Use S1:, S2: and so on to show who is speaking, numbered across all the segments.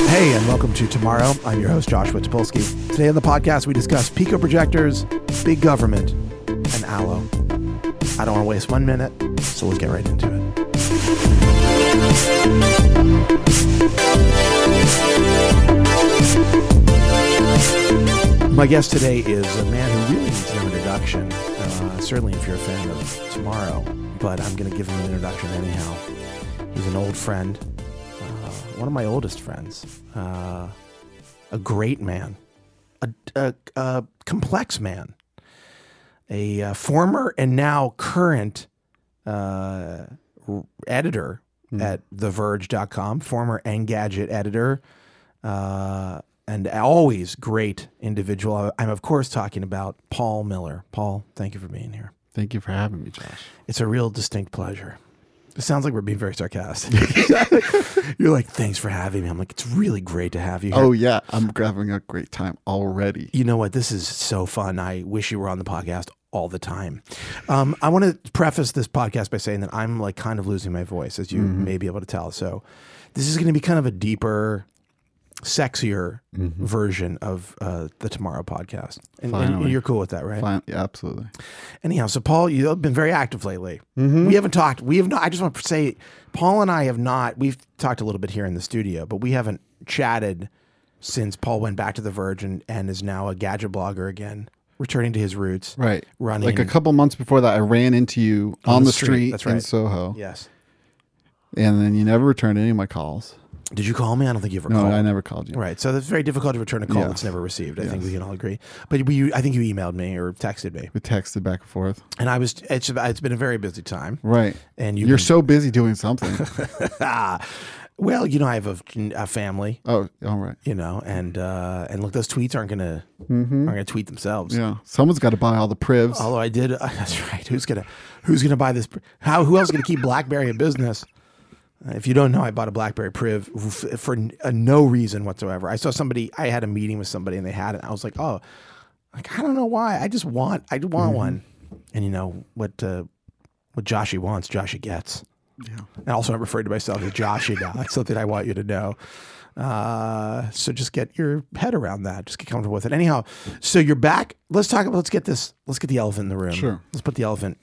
S1: welcome to Tomorrow. I'm your host, Joshua Topolsky. Today on the podcast, we discuss Pico projectors, big government, and aloe. I don't want to waste one minute, so let's get right into it. My guest today is a man who really needs no introduction, uh, certainly if you're a fan of Tomorrow, but I'm going to give him an introduction anyhow. He's an old friend, uh, one of my oldest friends, uh, a great man, a, a, a complex man, a uh, former and now current uh, r- editor at TheVerge.com, former Engadget editor, uh, and always great individual. I- I'm, of course, talking about Paul Miller. Paul, thank you for being here.
S2: Thank you for having me, Josh.
S1: It's a real distinct pleasure. It sounds like we're being very sarcastic. You're like, thanks for having me. I'm like, it's really great to have you here.
S2: Oh yeah, I'm having a great time already.
S1: You know what? This is so fun. I wish you were on the podcast all the time. Um, I want to preface this podcast by saying that I'm like kind of losing my voice, as you may be able to tell. So, this is going to be kind of a deeper, sexier version of uh, the Tomorrow podcast. And, and
S2: Finally.
S1: you're cool with that, right?
S2: Fine, yeah, absolutely.
S1: Anyhow, so Paul, you've been very active lately.
S2: Mm-hmm.
S1: We haven't talked. We have not. I just want to say, Paul and I have not. We've talked a little bit here in the studio, but we haven't chatted since Paul went back to The Verge and, and is now a gadget blogger again, returning to his roots.
S2: Right,
S1: Running.
S2: Like a couple months before that, I ran into you on, the, street,
S1: that's
S2: in
S1: right.
S2: Soho,
S1: Yes.
S2: and then you never returned any of my calls.
S1: Did you call me? I don't think you ever
S2: No,
S1: called.
S2: I never called you.
S1: Oh. Right. So that's very difficult to return a call
S2: Yes.
S1: that's never received. I think we can all agree. But we, I think you emailed me or texted me,
S2: We texted back and forth.
S1: and I was. It's, it's been a very busy time,
S2: Right,
S1: and you
S2: you're so busy doing something.
S1: ah, well, you know, I have a, a family.
S2: oh, all right.
S1: you know and uh and look those tweets aren't gonna aren't gonna tweet themselves
S2: Yeah, someone's got to buy all the privs.
S1: although i did that's right who's gonna who's gonna buy this how who else is gonna keep blackberry in business Uh, if you don't know i bought a blackberry priv f- for n- uh, no reason whatsoever i saw somebody i had a meeting with somebody and they had it i was like oh like i don't know why i just want i want one and you know what uh what Joshy wants, Joshy gets.
S2: Yeah.
S1: And also, I'm referring to myself as Joshy now. That's something I want you to know. Uh, so just get your head around that. Just get comfortable with it. Anyhow, so you're back. Let's talk about. Let's get this. Let's get the elephant in the room.
S2: Sure.
S1: Let's put the elephant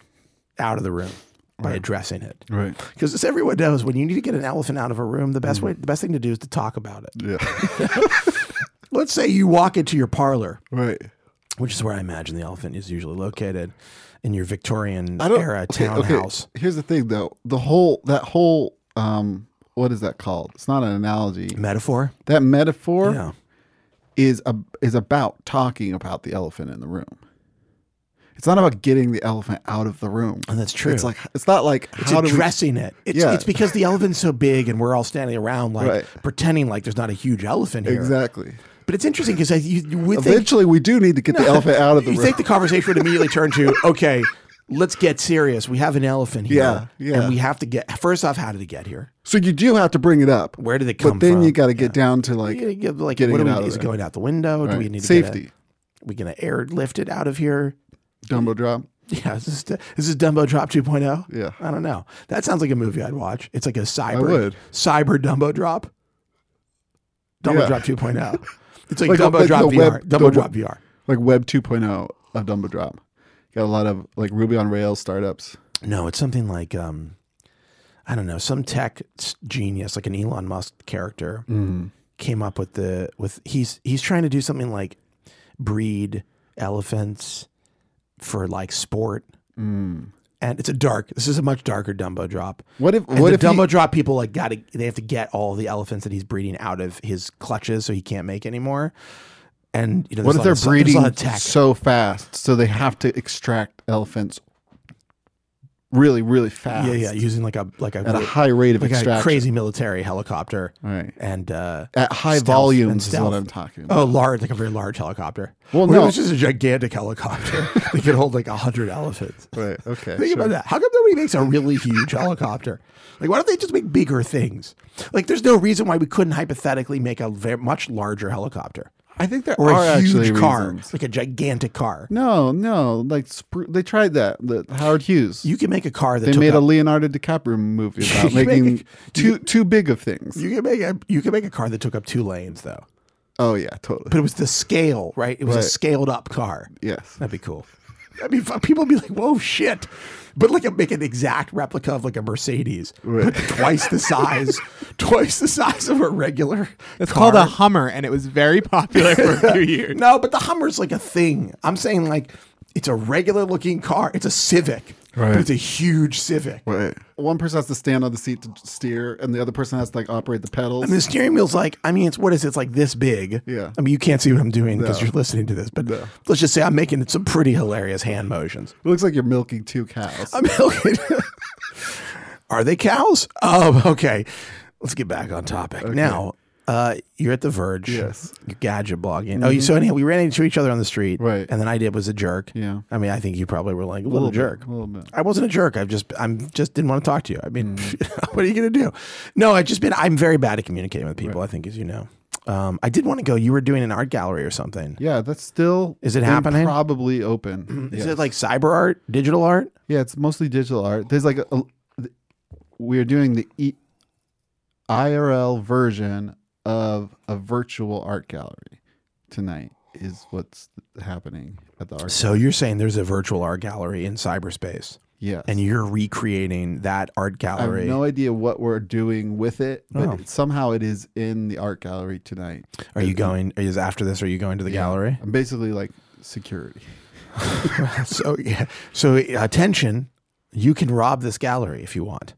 S1: out of the room by addressing it.
S2: Right.
S1: Because as everyone knows, when you need to get an elephant out of a room, the best
S2: Mm.
S1: way, the best thing to do is to talk about it.
S2: Yeah.
S1: Let's say you walk into your parlor,
S2: right.
S1: which is where I imagine the elephant is usually located, in your Victorian
S2: I don't-
S1: era
S2: okay, okay.
S1: townhouse.
S2: Here's the thing, though. The whole that whole um, what is that called? It's not an analogy.
S1: Metaphor.
S2: That metaphor.
S1: Mm. Yeah.
S2: is a, is about talking about the elephant in the room. It's not about getting the elephant out of the room.
S1: And Oh, that's true.
S2: It's like it's not like
S1: It's
S2: how do we-
S1: addressing it. It's,
S2: Yeah.
S1: it's because the elephant's so big and we're all standing around like
S2: Right.
S1: pretending like there's not a huge elephant here.
S2: exactly.
S1: But it's interesting because you, you would think,
S2: Eventually, we do need to get the elephant out of the
S1: you
S2: room.
S1: think the conversation would immediately turn to, okay, let's get serious. We have an elephant here.
S2: Yeah, yeah.
S1: And we have to get, first off, how did it get here?
S2: so you do have to bring it up.
S1: Where did it come
S2: But then
S1: from?
S2: you got to get down to like,
S1: You gotta give, like,
S2: getting
S1: what do
S2: it
S1: we,
S2: out of
S1: is it
S2: there.
S1: going out the window? Do we
S2: right,
S1: need to Get
S2: safety,
S1: a, we going to airlift it out of here?
S2: Dumbo drop.
S1: Yeah, is this, is this Dumbo Drop oh. 2.0?
S2: Yeah.
S1: I don't know. That sounds like a movie I'd watch. It's like a cyber
S2: would.
S1: cyber Dumbo Drop. Dumbo
S2: Yeah.
S1: Drop 2.0. It's like,
S2: Like a-
S1: Dumbo
S2: like
S1: Drop
S2: the
S1: VR.
S2: web-
S1: Dumbo
S2: the-
S1: Drop VR.
S2: Like Web 2.0 of Dumbo drop. Got a lot of like Ruby on Rails startups.
S1: No, it's something like um I don't know, some tech s- genius like an Elon Musk character
S2: Mm.
S1: came up with the with he's he's trying to do something like breed elephants for like sport.
S2: Mm.
S1: And it's a dark. This is a much darker Dumbo drop.
S2: What if
S1: And
S2: what
S1: the
S2: if he-
S1: Dumbo Drop people like got to they have to get all the elephants that he's breeding out of his clutches, so he can't make anymore. And you know,
S2: what if they're
S1: there's a lot of- there's a lot
S2: breeding
S1: of tech.
S2: so fast so they have to extract elephants really really fast?
S1: yeah, yeah, using like a like a,
S2: at a high rate of
S1: like
S2: extraction.
S1: a crazy military helicopter,
S2: Right.
S1: and uh,
S2: At high
S1: stealth and
S2: volumes is
S1: stealth.
S2: what I'm talking about.
S1: oh, large like a very large helicopter.
S2: Well,
S1: What if
S2: no.
S1: it was just a gigantic helicopter. they could hold like a hundred elephants.
S2: Right. Okay.
S1: Think
S2: sure.
S1: about that. How come nobody makes a really huge helicopter? Like, why don't they just make bigger things? Like, there's no reason why we couldn't hypothetically make a very, much larger helicopter
S2: I think there
S1: or
S2: are
S1: a huge
S2: actually
S1: car,
S2: reasons.
S1: like a gigantic car.
S2: No, no. Like spru- they tried that. The Howard Hughes.
S1: You can make a car that
S2: they
S1: took
S2: made a
S1: up-
S2: Leonardo DiCaprio movie
S1: You
S2: about
S1: make
S2: making
S1: a-
S2: too too big of things.
S1: you can make a you can make a car that took up two lanes though.
S2: Oh yeah, totally.
S1: but it was the scale, right? It was a
S2: Right.
S1: scaled up car.
S2: Yes.
S1: That'd be cool. I mean, fu- people would be like, "Whoa, shit!" But like, make an exact replica of like a Mercedes,
S2: Right.
S1: but twice the size, twice the size of a regular.
S3: It's
S1: car.
S3: called a Hummer, and it was very popular for a few years.
S1: No, but the Hummer's like a thing. I'm saying like, it's a regular looking car. It's a Civic,
S3: Right.
S1: but it's a huge Civic.
S2: Right. One person has to stand on the seat to steer, and the other person has to like operate the pedals.
S1: And the steering wheel's like, I mean, it's what is it? It's like this big.
S2: Yeah.
S1: I mean, you can't see what I'm doing because
S2: No.
S1: you're listening to this, but
S2: No.
S1: let's just say I'm making some pretty hilarious hand motions.
S2: it looks like you're milking two cows.
S1: I'm milking. Are they cows? Oh, okay. Let's get back on topic. Now, uh, you're at the Verge.
S2: Yes. Mm-hmm.
S1: You're gadget blogging. Oh, you, so anyhow, we ran into each other on the street.
S2: Right.
S1: And then I did was a jerk.
S2: Yeah.
S1: I mean, I think you probably were like a little,
S2: bit,
S1: jerk.
S2: a little bit.
S1: I wasn't a jerk. I've just I'm just didn't want to talk to you. I mean,
S2: Mm.
S1: what are you gonna do? No, I've just been I'm very bad at communicating with people. I think, as you know. Um, I did want to go. You were doing an art gallery or something.
S2: Yeah, that's still
S1: Is it
S2: been
S1: happening?
S2: Probably open.
S1: Is
S2: Mm-hmm. Yes.
S1: it like cyber art, digital art?
S2: Yeah, it's mostly digital art. There's like a, a- th- we're doing the e, IRL version of a virtual art gallery tonight is what's happening at the art.
S1: So you're saying there's a virtual art gallery in cyberspace.
S2: Yes.
S1: and you're recreating that art
S2: I have
S1: gallery.
S2: no idea what we're doing with it, but
S1: Oh.
S2: it- somehow it is in the art gallery tonight.
S1: are you going? Is after this? Are you going to the gallery?
S2: I'm basically like security.
S1: so yeah. So attention, you can rob this gallery if you want.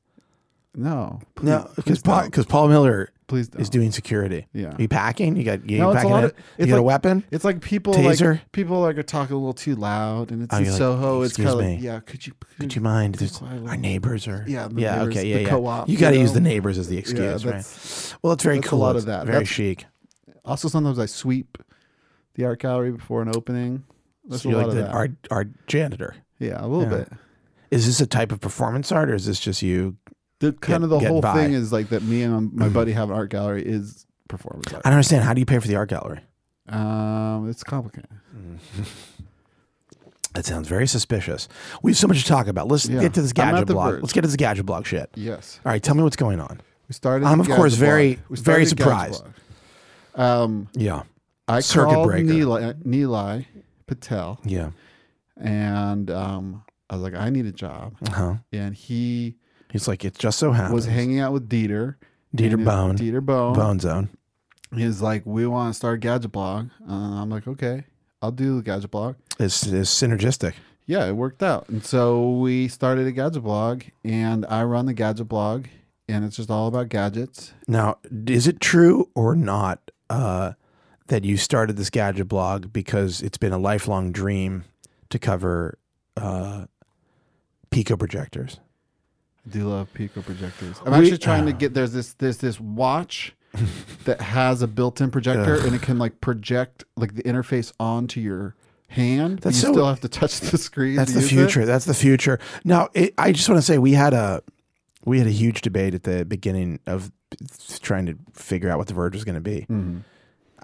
S2: No, please,
S1: No, because
S2: please
S1: Paul,
S2: don't.
S1: 'cause Paul Miller
S2: please don't.
S1: is doing security.
S2: Yeah.
S1: Are you packing? You got you
S2: No, it's a
S1: packing
S2: lot
S1: it?
S2: of-
S1: you
S2: it's
S1: got a
S2: like-
S1: weapon?
S2: It's like people
S1: Taser?
S2: like people like are talking a little too loud, and it's
S1: Oh,
S2: in
S1: you're like,
S2: Soho. It's
S1: "Excuse
S2: kind of like,
S1: me.
S2: yeah. Could you
S1: Would you mind? There's-
S2: quiet.
S1: our neighbors are
S2: Yeah, the
S1: yeah
S2: neighbors,
S1: okay yeah
S2: the
S1: yeah.
S2: co-op,
S1: you got to
S2: you
S1: use the
S2: know?
S1: neighbors as the excuse,
S2: that's-
S1: right? Well, it's very
S2: that's a
S1: cool.
S2: lot of
S1: It's
S2: that.
S1: Very
S2: That's-
S1: chic.
S2: Also, sometimes I sweep the art gallery before an opening. That's
S1: So
S2: a
S1: you're
S2: lot
S1: like
S2: of
S1: the
S2: that.
S1: art art janitor.
S2: yeah, a little
S1: yeah.
S2: bit.
S1: Is this a type of performance art, or is this just you
S2: The kind of the
S1: get
S2: whole
S1: by. Mm-hmm.
S2: thing is like that. Me and my buddy have an art gallery is performance art.
S1: I don't understand. How do you pay for the art gallery?
S2: Um, it's complicated.
S1: That sounds very suspicious. We have so much to talk about. Let's
S2: Yeah.
S1: get to this
S2: I'm at
S1: gadget
S2: the
S1: blog.
S2: verge.
S1: Let's get to this gadget blog shit.
S2: Yes,
S1: All right, tell me what's going on.
S2: we started.
S1: I'm,
S2: the
S1: of course,
S2: Gadget
S1: very-
S2: Blog. We
S1: very
S2: started the Gadget
S1: surprised.
S2: Blog. Um,
S1: Yeah.
S2: I
S1: Circuit
S2: called
S1: breaker.
S2: Neeli, Neeli Patel,
S1: Yeah.
S2: and um, I was like, I need a job,
S1: Uh-huh.
S2: and he
S1: He's like, it just so happens.
S2: was hanging out with Dieter.
S1: Dieter
S2: and-
S1: Bone.
S2: Dieter Bone.
S1: Bone Zone.
S2: He's like, we want to start a gadget blog. Uh, I'm like, okay, I'll do the gadget blog.
S1: It's, it's synergistic.
S2: Yeah, it worked out. And so we started a gadget blog, and I run the gadget blog, and it's just all about gadgets.
S1: Now, is it true or not uh, that you started this gadget blog because it's been a lifelong dream to cover uh, Pico projectors?
S2: I do love Pico projectors. I'm
S1: We- Ah.
S2: actually trying to get there's this there's this watch that has a built-in projector, and it can like project like the interface onto your hand. but
S1: That's
S2: you
S1: so-
S2: still have to touch the screen.
S1: That's
S2: to
S1: the
S2: use it.
S1: future. That's the future. Now, it, I just want to say we had a we had a huge debate at the beginning of trying to figure out what the Verge was going to be.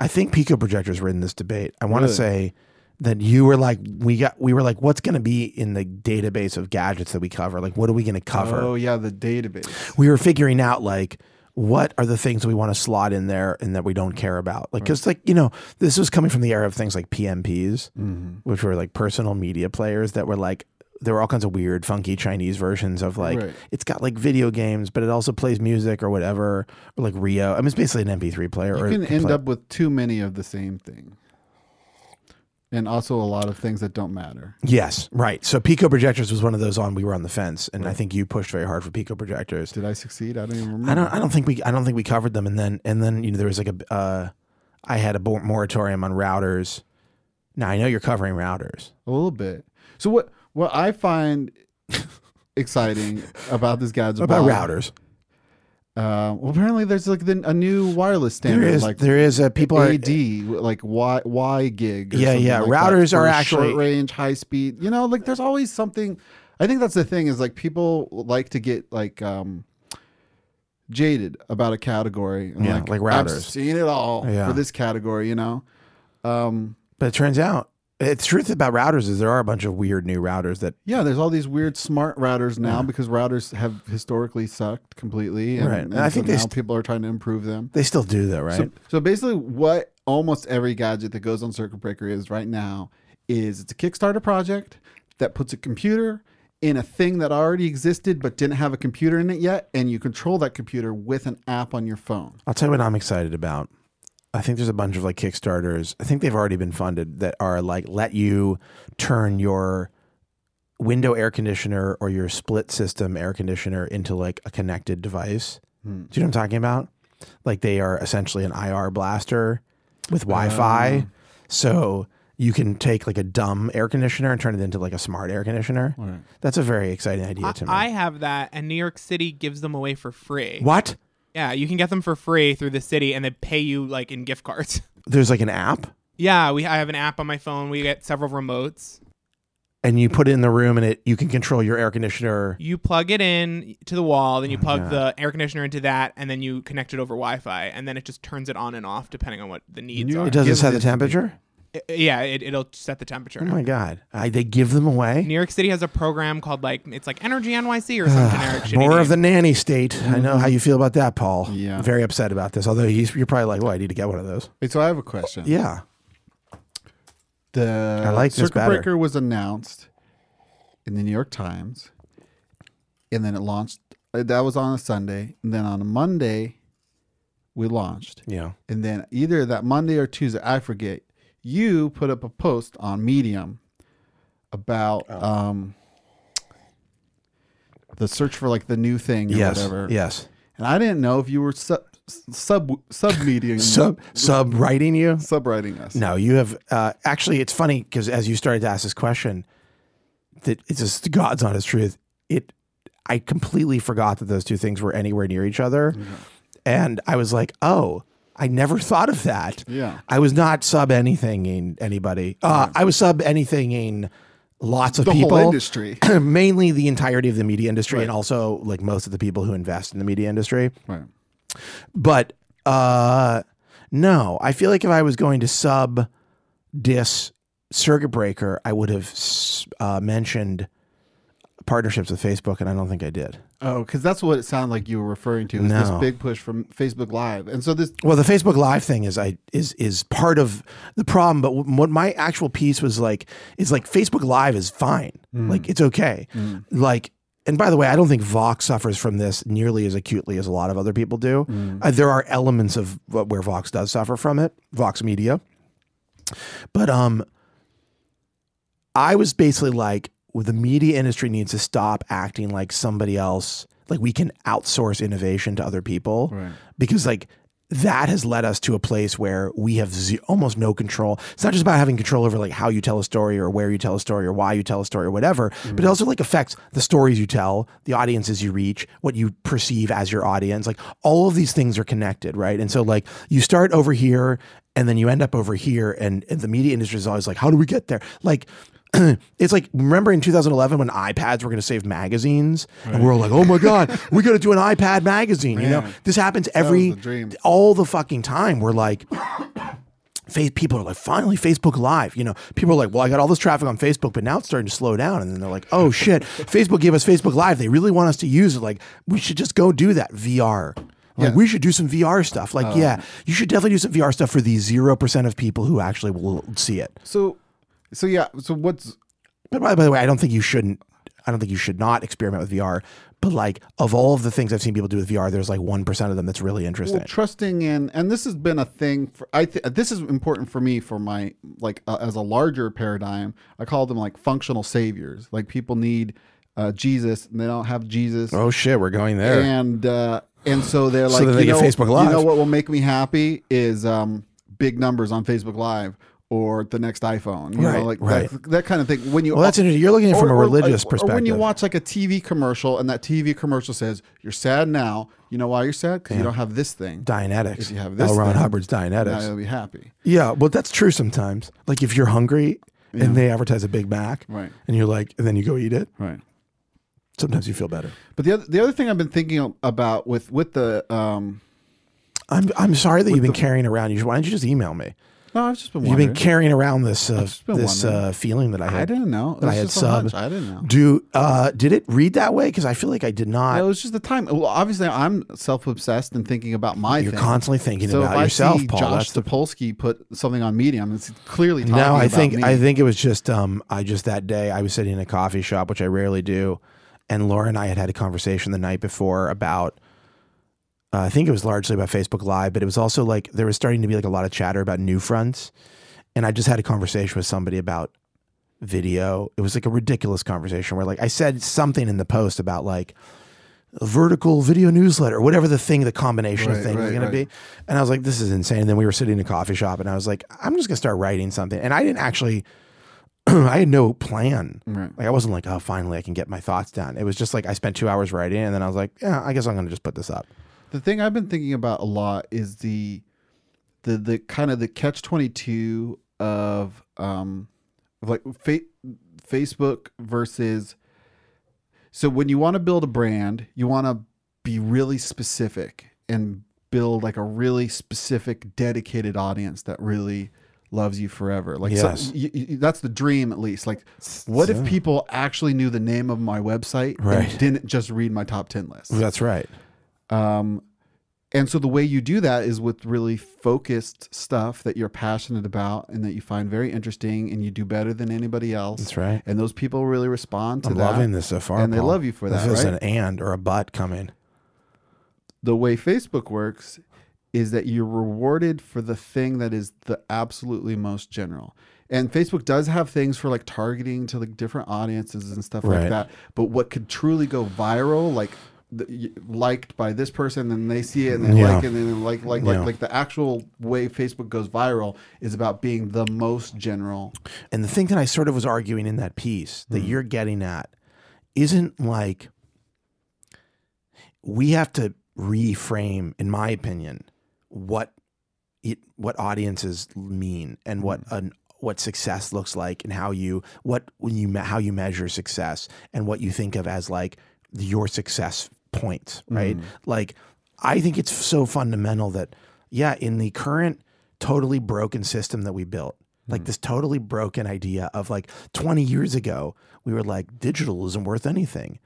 S1: I think Pico projectors were in this debate. I want to
S2: Mm-hmm. Really?
S1: say that you were like we got we were like what's going to be in the database of gadgets that we cover? Like what are we going to cover?
S2: Oh yeah, the database.
S1: we were figuring out like what are the things we want to slot in there and that we don't care about like because like you know this was coming from the era of things like pmps
S2: Mm-hmm.
S1: which were like personal media players that were like there were all kinds of weird funky chinese versions of like
S2: Right.
S1: it's got like video games but it also plays music or whatever or like rio i mean it's basically an mp3 player or
S2: You can
S1: it can
S2: end
S1: play-
S2: up with too many of the same thing, and also a lot of things that don't matter.
S1: yes right so pico projectors was one of those on we were on the fence and i think you pushed very hard for pico projectors
S2: Did I succeed? I don't even remember.
S1: I don't. I don't think we. I don't think we covered them. And then and then you know there was like a. Uh, I had a bo- moratorium on routers. Now I know you're covering routers.
S2: A little bit. So what what I find exciting about this gadget
S1: What about
S2: blog,
S1: routers?
S2: Um, well, apparently there's like the, a new wireless
S1: There
S2: standard,
S1: is
S2: like
S1: there is a people are.
S2: AD, like Y Y gig. or
S1: Yeah,
S2: something
S1: yeah.
S2: like
S1: Routers
S2: that,
S1: are
S2: for
S1: actually-
S2: short range, high speed. You know, like there's always something. I think that's the thing is like people like to get like um jaded about a category. And
S1: Yeah, like routers.
S2: I've seen it all
S1: Yeah.
S2: for this category. You know, um,
S1: But it turns out The truth about routers is there are a bunch of weird new routers that
S2: Yeah, there's all these weird smart routers now because routers have historically sucked completely, and,
S1: Right.
S2: and
S1: And I
S2: so
S1: think they
S2: now
S1: st-
S2: people are trying to improve them.
S1: they still do though, right?
S2: So, so basically, what almost every gadget that goes on Circuit Breaker is right now is it's a Kickstarter project that puts a computer in a thing that already existed but didn't have a computer in it yet, and you control that computer with an app on your phone.
S1: I'll tell you what I'm excited about. I think there's a bunch of like Kickstarters. I think they've already been funded that are like let you turn your window air conditioner or your split system air conditioner into like a connected device. Do you know what I'm talking about? Like they are essentially an IR blaster with Wi-Fi. So you can take like a dumb air conditioner and turn it into like a smart air conditioner. That's a very exciting idea to me.
S3: I, I have that, and New York City gives them away for free.
S1: what?
S3: Yeah, you can get them for free through the city, and they pay you like in gift cards.
S1: There's like an app
S3: yeah, we. I have an app on my phone. We get several remotes.
S1: and you put it in the room and it you can control your air conditioner
S3: You plug it in to the wall,
S1: Oh
S3: then you plug the air conditioner into that, and then you connect it over Wi-Fi, and then it just turns it on and off depending on what the needs
S2: New
S3: are.
S1: It doesn't
S2: Gives
S1: set
S2: it
S1: the
S2: to me.
S1: temperature.
S3: I- yeah, it, it'll set the temperature.
S1: Oh my god! I, they give them away.
S3: New York City has a program called like it's like Energy NYC or some generic shit.
S1: More of the nanny state. I know how you feel about that, Paul.
S2: Yeah.
S1: I'm very upset about this. Although he's, you're probably like, "Well, I need to get one of those."
S2: Wait, so I have a question.
S1: Yeah.
S2: The
S1: I like this
S2: Circuit
S1: better.
S2: Breaker was announced in the New York Times, and then it launched. uh, That was on a Sunday, and then on a Monday, we launched.
S1: Yeah.
S2: And then either that Monday or Tuesday, I forget, you put up a post on Medium about
S1: Oh.
S2: um, the search for like the new thing or
S1: Yes.
S2: whatever.
S1: Yes.
S2: And I didn't know if you were sub sub submedium
S1: Sub sub writing you.
S2: subwriting us.
S1: No, you have uh, actually. It's funny because as you started to ask this question, that it's just God's honest truth. It, I completely forgot that those two things were anywhere near each other, and I was like, oh, I never thought of that.
S2: Yeah.
S1: I was not sub anythinging anybody. Uh, I was sub anythinging lots of
S2: The
S1: people.
S2: whole industry.
S1: mainly the entirety of the media industry and also like most of the people who invest in the media industry
S2: Right.
S1: but uh no i feel like if i was going to sub dis circuit breaker i would have s- uh, mentioned partnerships with facebook and i don't think i did
S2: Oh, because that's what it sounded like you were referring to. Is
S1: No.
S2: this big push from Facebook Live, and so this
S1: well the facebook live thing is i is is part of the problem but w- what my actual piece was like is like facebook live is fine like it's okay like and by the way, I don't think Vox suffers from this nearly as acutely as a lot of other people do. Uh, there are elements of what, where Vox does suffer from it, Vox Media. But um, I was basically like, well, the media industry needs to stop acting like somebody else, like we can outsource innovation to other people,
S2: Right.
S1: because like that has led us to a place where we have ze- almost no control. It's not just about having control over like how you tell a story or where you tell a story or why you tell a story or whatever, but it also like affects the stories you tell, the audiences you reach, what you perceive as your audience. Like all of these things are connected, right? And so like you start over here and then you end up over here and, and the media industry is always like how do we get there like it's like remember in 2011 when ipads were going to save magazines and we are all like oh my god we got to do an ipad magazine you know
S2: Man.
S1: this happens every
S2: the dream.
S1: all the fucking time we're like Fa- people are like, finally Facebook Live. You know, people are like, well, I got all this traffic on Facebook, but now it's starting to slow down. And then they're like, oh shit, Facebook gave us Facebook Live. They really want us to use it. Like, we should just go do that VR. Like,
S2: Yeah. Uh,
S1: we should do some VR stuff. Like, yeah, you should definitely do some VR stuff for the 0% of people who actually will see it.
S2: So, so yeah. So what's
S1: But by, by the way, I don't think you shouldn't. I don't think you should not experiment with VR. But like, of all of the things I've seen people do with VR, there's like one percent of them that's really interesting.
S2: well, trusting in, and this has been a thing. For, I th- this is important for me for my like uh, as a larger paradigm. I call them like functional saviors. Like people need uh, Jesus, and they don't have Jesus,
S1: oh shit, we're going there.
S2: and uh, and so they're like,
S1: then they
S2: you
S1: get
S2: know,
S1: Facebook
S2: You know
S1: Live.
S2: what will make me happy is um, big numbers on Facebook Live or the next iPhone. You
S1: Right,
S2: know, like
S1: right.
S2: That, that kind of thing. When you
S1: well, that's interesting. You're looking at it from
S2: Or-
S1: a
S2: or-
S1: religious
S2: or-
S1: perspective.
S2: Or when you watch like a TV commercial and that TV commercial says, "You're sad now. You know why you're sad? Because you don't have this thing.
S1: Dianetics.
S2: If you have this
S1: L. Ron
S2: thing,
S1: Hubbard's
S2: Now
S1: Dianetics.
S2: you'll be happy."
S1: yeah, well, that's true sometimes. Like if you're hungry and they advertise a Big Mac,
S2: Right.
S1: and you're like, and then you go eat it.
S2: Right.
S1: Sometimes you feel better.
S2: But the other the other thing I've been thinking about with with the um
S1: I'm I'm sorry that you've been carrying around. You should- why don't you just email me?
S2: No, I've just been
S1: You've
S2: wondering.
S1: been carrying around this uh,
S2: just been
S1: this
S2: wondering.
S1: uh, feeling that I had.
S2: I didn't know. It
S1: that I
S2: was
S1: had
S2: just a hunch.
S1: sub.
S2: I didn't know.
S1: Do uh, did it read that way? Because I feel like I did
S2: it
S1: not.
S2: was just the time. Well, obviously, I'm self-obsessed and thinking about my.
S1: You're
S2: thing.
S1: constantly thinking
S2: so
S1: about
S2: if I
S1: yourself,
S2: see
S1: Paul. That's
S2: Josh
S1: the-
S2: Sapolsky put something on Medium, it's clearly talking
S1: no, I
S2: about
S1: think
S2: me.
S1: I think it was just um, I just that day I was sitting in a coffee shop, which I rarely do, and Laura and I had had a conversation the night before about. Uh, I think it was largely about Facebook Live, but it was also like there was starting to be like a lot of chatter about new fronts, and I just had a conversation with somebody about video. It was like a ridiculous conversation where like I said something in the post about like a vertical video newsletter, whatever the thing, the combination of
S2: Right,
S1: things was
S2: right,
S1: going to
S2: right.
S1: be. And I was like, this is insane. And then we were sitting in a coffee shop and I was like, I'm just going to start writing something. And I didn't actually, I had no plan.
S2: Right.
S1: Like I wasn't like, oh, finally I can get my thoughts down. It was just like I spent two hours writing and then I was like, yeah, I guess I'm going to just put this up.
S2: The thing I've been thinking about a lot is the the the kind of the catch twenty two of um of like fa- Facebook versus. So when you want to build a brand, you want to be really specific and build like a really specific, dedicated audience that really loves you forever. Like so-
S1: Yes.
S2: y- y- that's the dream, at least. Like, what
S1: so-
S2: if people actually knew the name of my website
S1: Right.
S2: and didn't just read my top ten list?
S1: That's right.
S2: Um, and so the way you do that is with really focused stuff that you're passionate about and that you find very interesting and you do better than anybody else.
S1: That's right.
S2: And those people really respond to
S1: I'm
S2: that.
S1: loving this so far.
S2: And they
S1: Paul.
S2: love you for
S1: This
S2: that,
S1: is
S2: right?
S1: an and or a but coming.
S2: The way Facebook works is that you're rewarded for the thing that is the absolutely most general. And Facebook does have things for like targeting to like different audiences and stuff
S1: Right.
S2: like that. But what could truly go viral, like the, y- liked by this person, and they see it and they
S1: Yeah.
S2: like it and then like like
S1: Yeah.
S2: like like the actual way Facebook goes viral is about being the most general.
S1: And the thing that I sort of was arguing in that piece that you're getting at isn't like we have to reframe, in my opinion, what it what audiences mean and what an what success looks like and how you what when you me- how you measure success and what you think of as like your success points, right? Like I think it's so fundamental that yeah, in the current totally broken system that we built, like this totally broken idea of like 20 years ago, we were like digital isn't worth anything.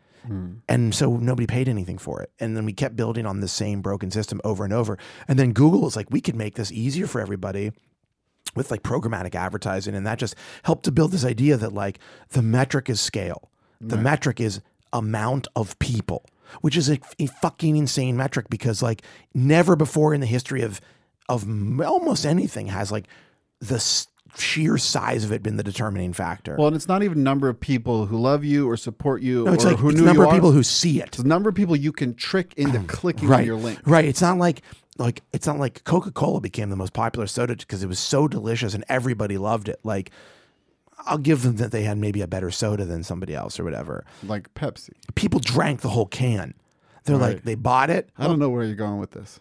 S1: And so nobody paid anything for it. And then we kept building on the same broken system over and over. And then Google was like, we could make this easier for everybody with like programmatic advertising. And that just helped to build this idea that like the metric is scale, the metric is amount of people, which is a, a fucking insane metric because like never before in the history of, of m- almost anything has like the s- sheer size of it been the determining factor.
S2: Well, and it's not even number of people who love you or support you
S1: No, it's
S2: or
S1: like
S2: who
S1: it's
S2: knew
S1: number
S2: you
S1: of
S2: are.
S1: people who see it.
S2: it's the number of people you can trick into clicking on your link.
S1: Right. It's not like like it's not like Coca Cola became the most popular soda because it was so delicious and everybody loved it. Like I'll give them that they had maybe a better soda than somebody else or whatever.
S2: Like Pepsi.
S1: People drank the whole can. They're like
S2: Right.
S1: they bought it.
S2: I don't know where you're going with this.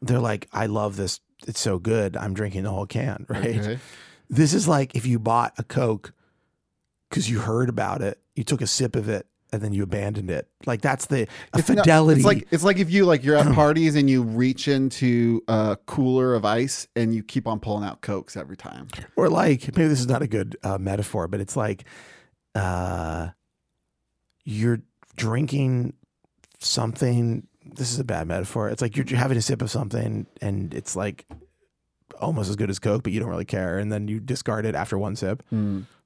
S1: They're like I love this. It's so good. I'm drinking the whole can. Right.
S2: Okay.
S1: This is like if you bought a Coke because you heard about it, you took a sip of it, and then you abandoned it. Like that's the a
S2: No,
S1: fidelity.
S2: it's like it's like if you like you're at parties and you reach into a cooler of ice and you keep on pulling out cokes every time.
S1: or like maybe this is not a good uh, metaphor, but it's like uh, you're drinking something. This is a bad metaphor. It's like you're, you're having a sip of something, and it's like almost as good as Coke, but you don't really care, and then you discard it after one sip.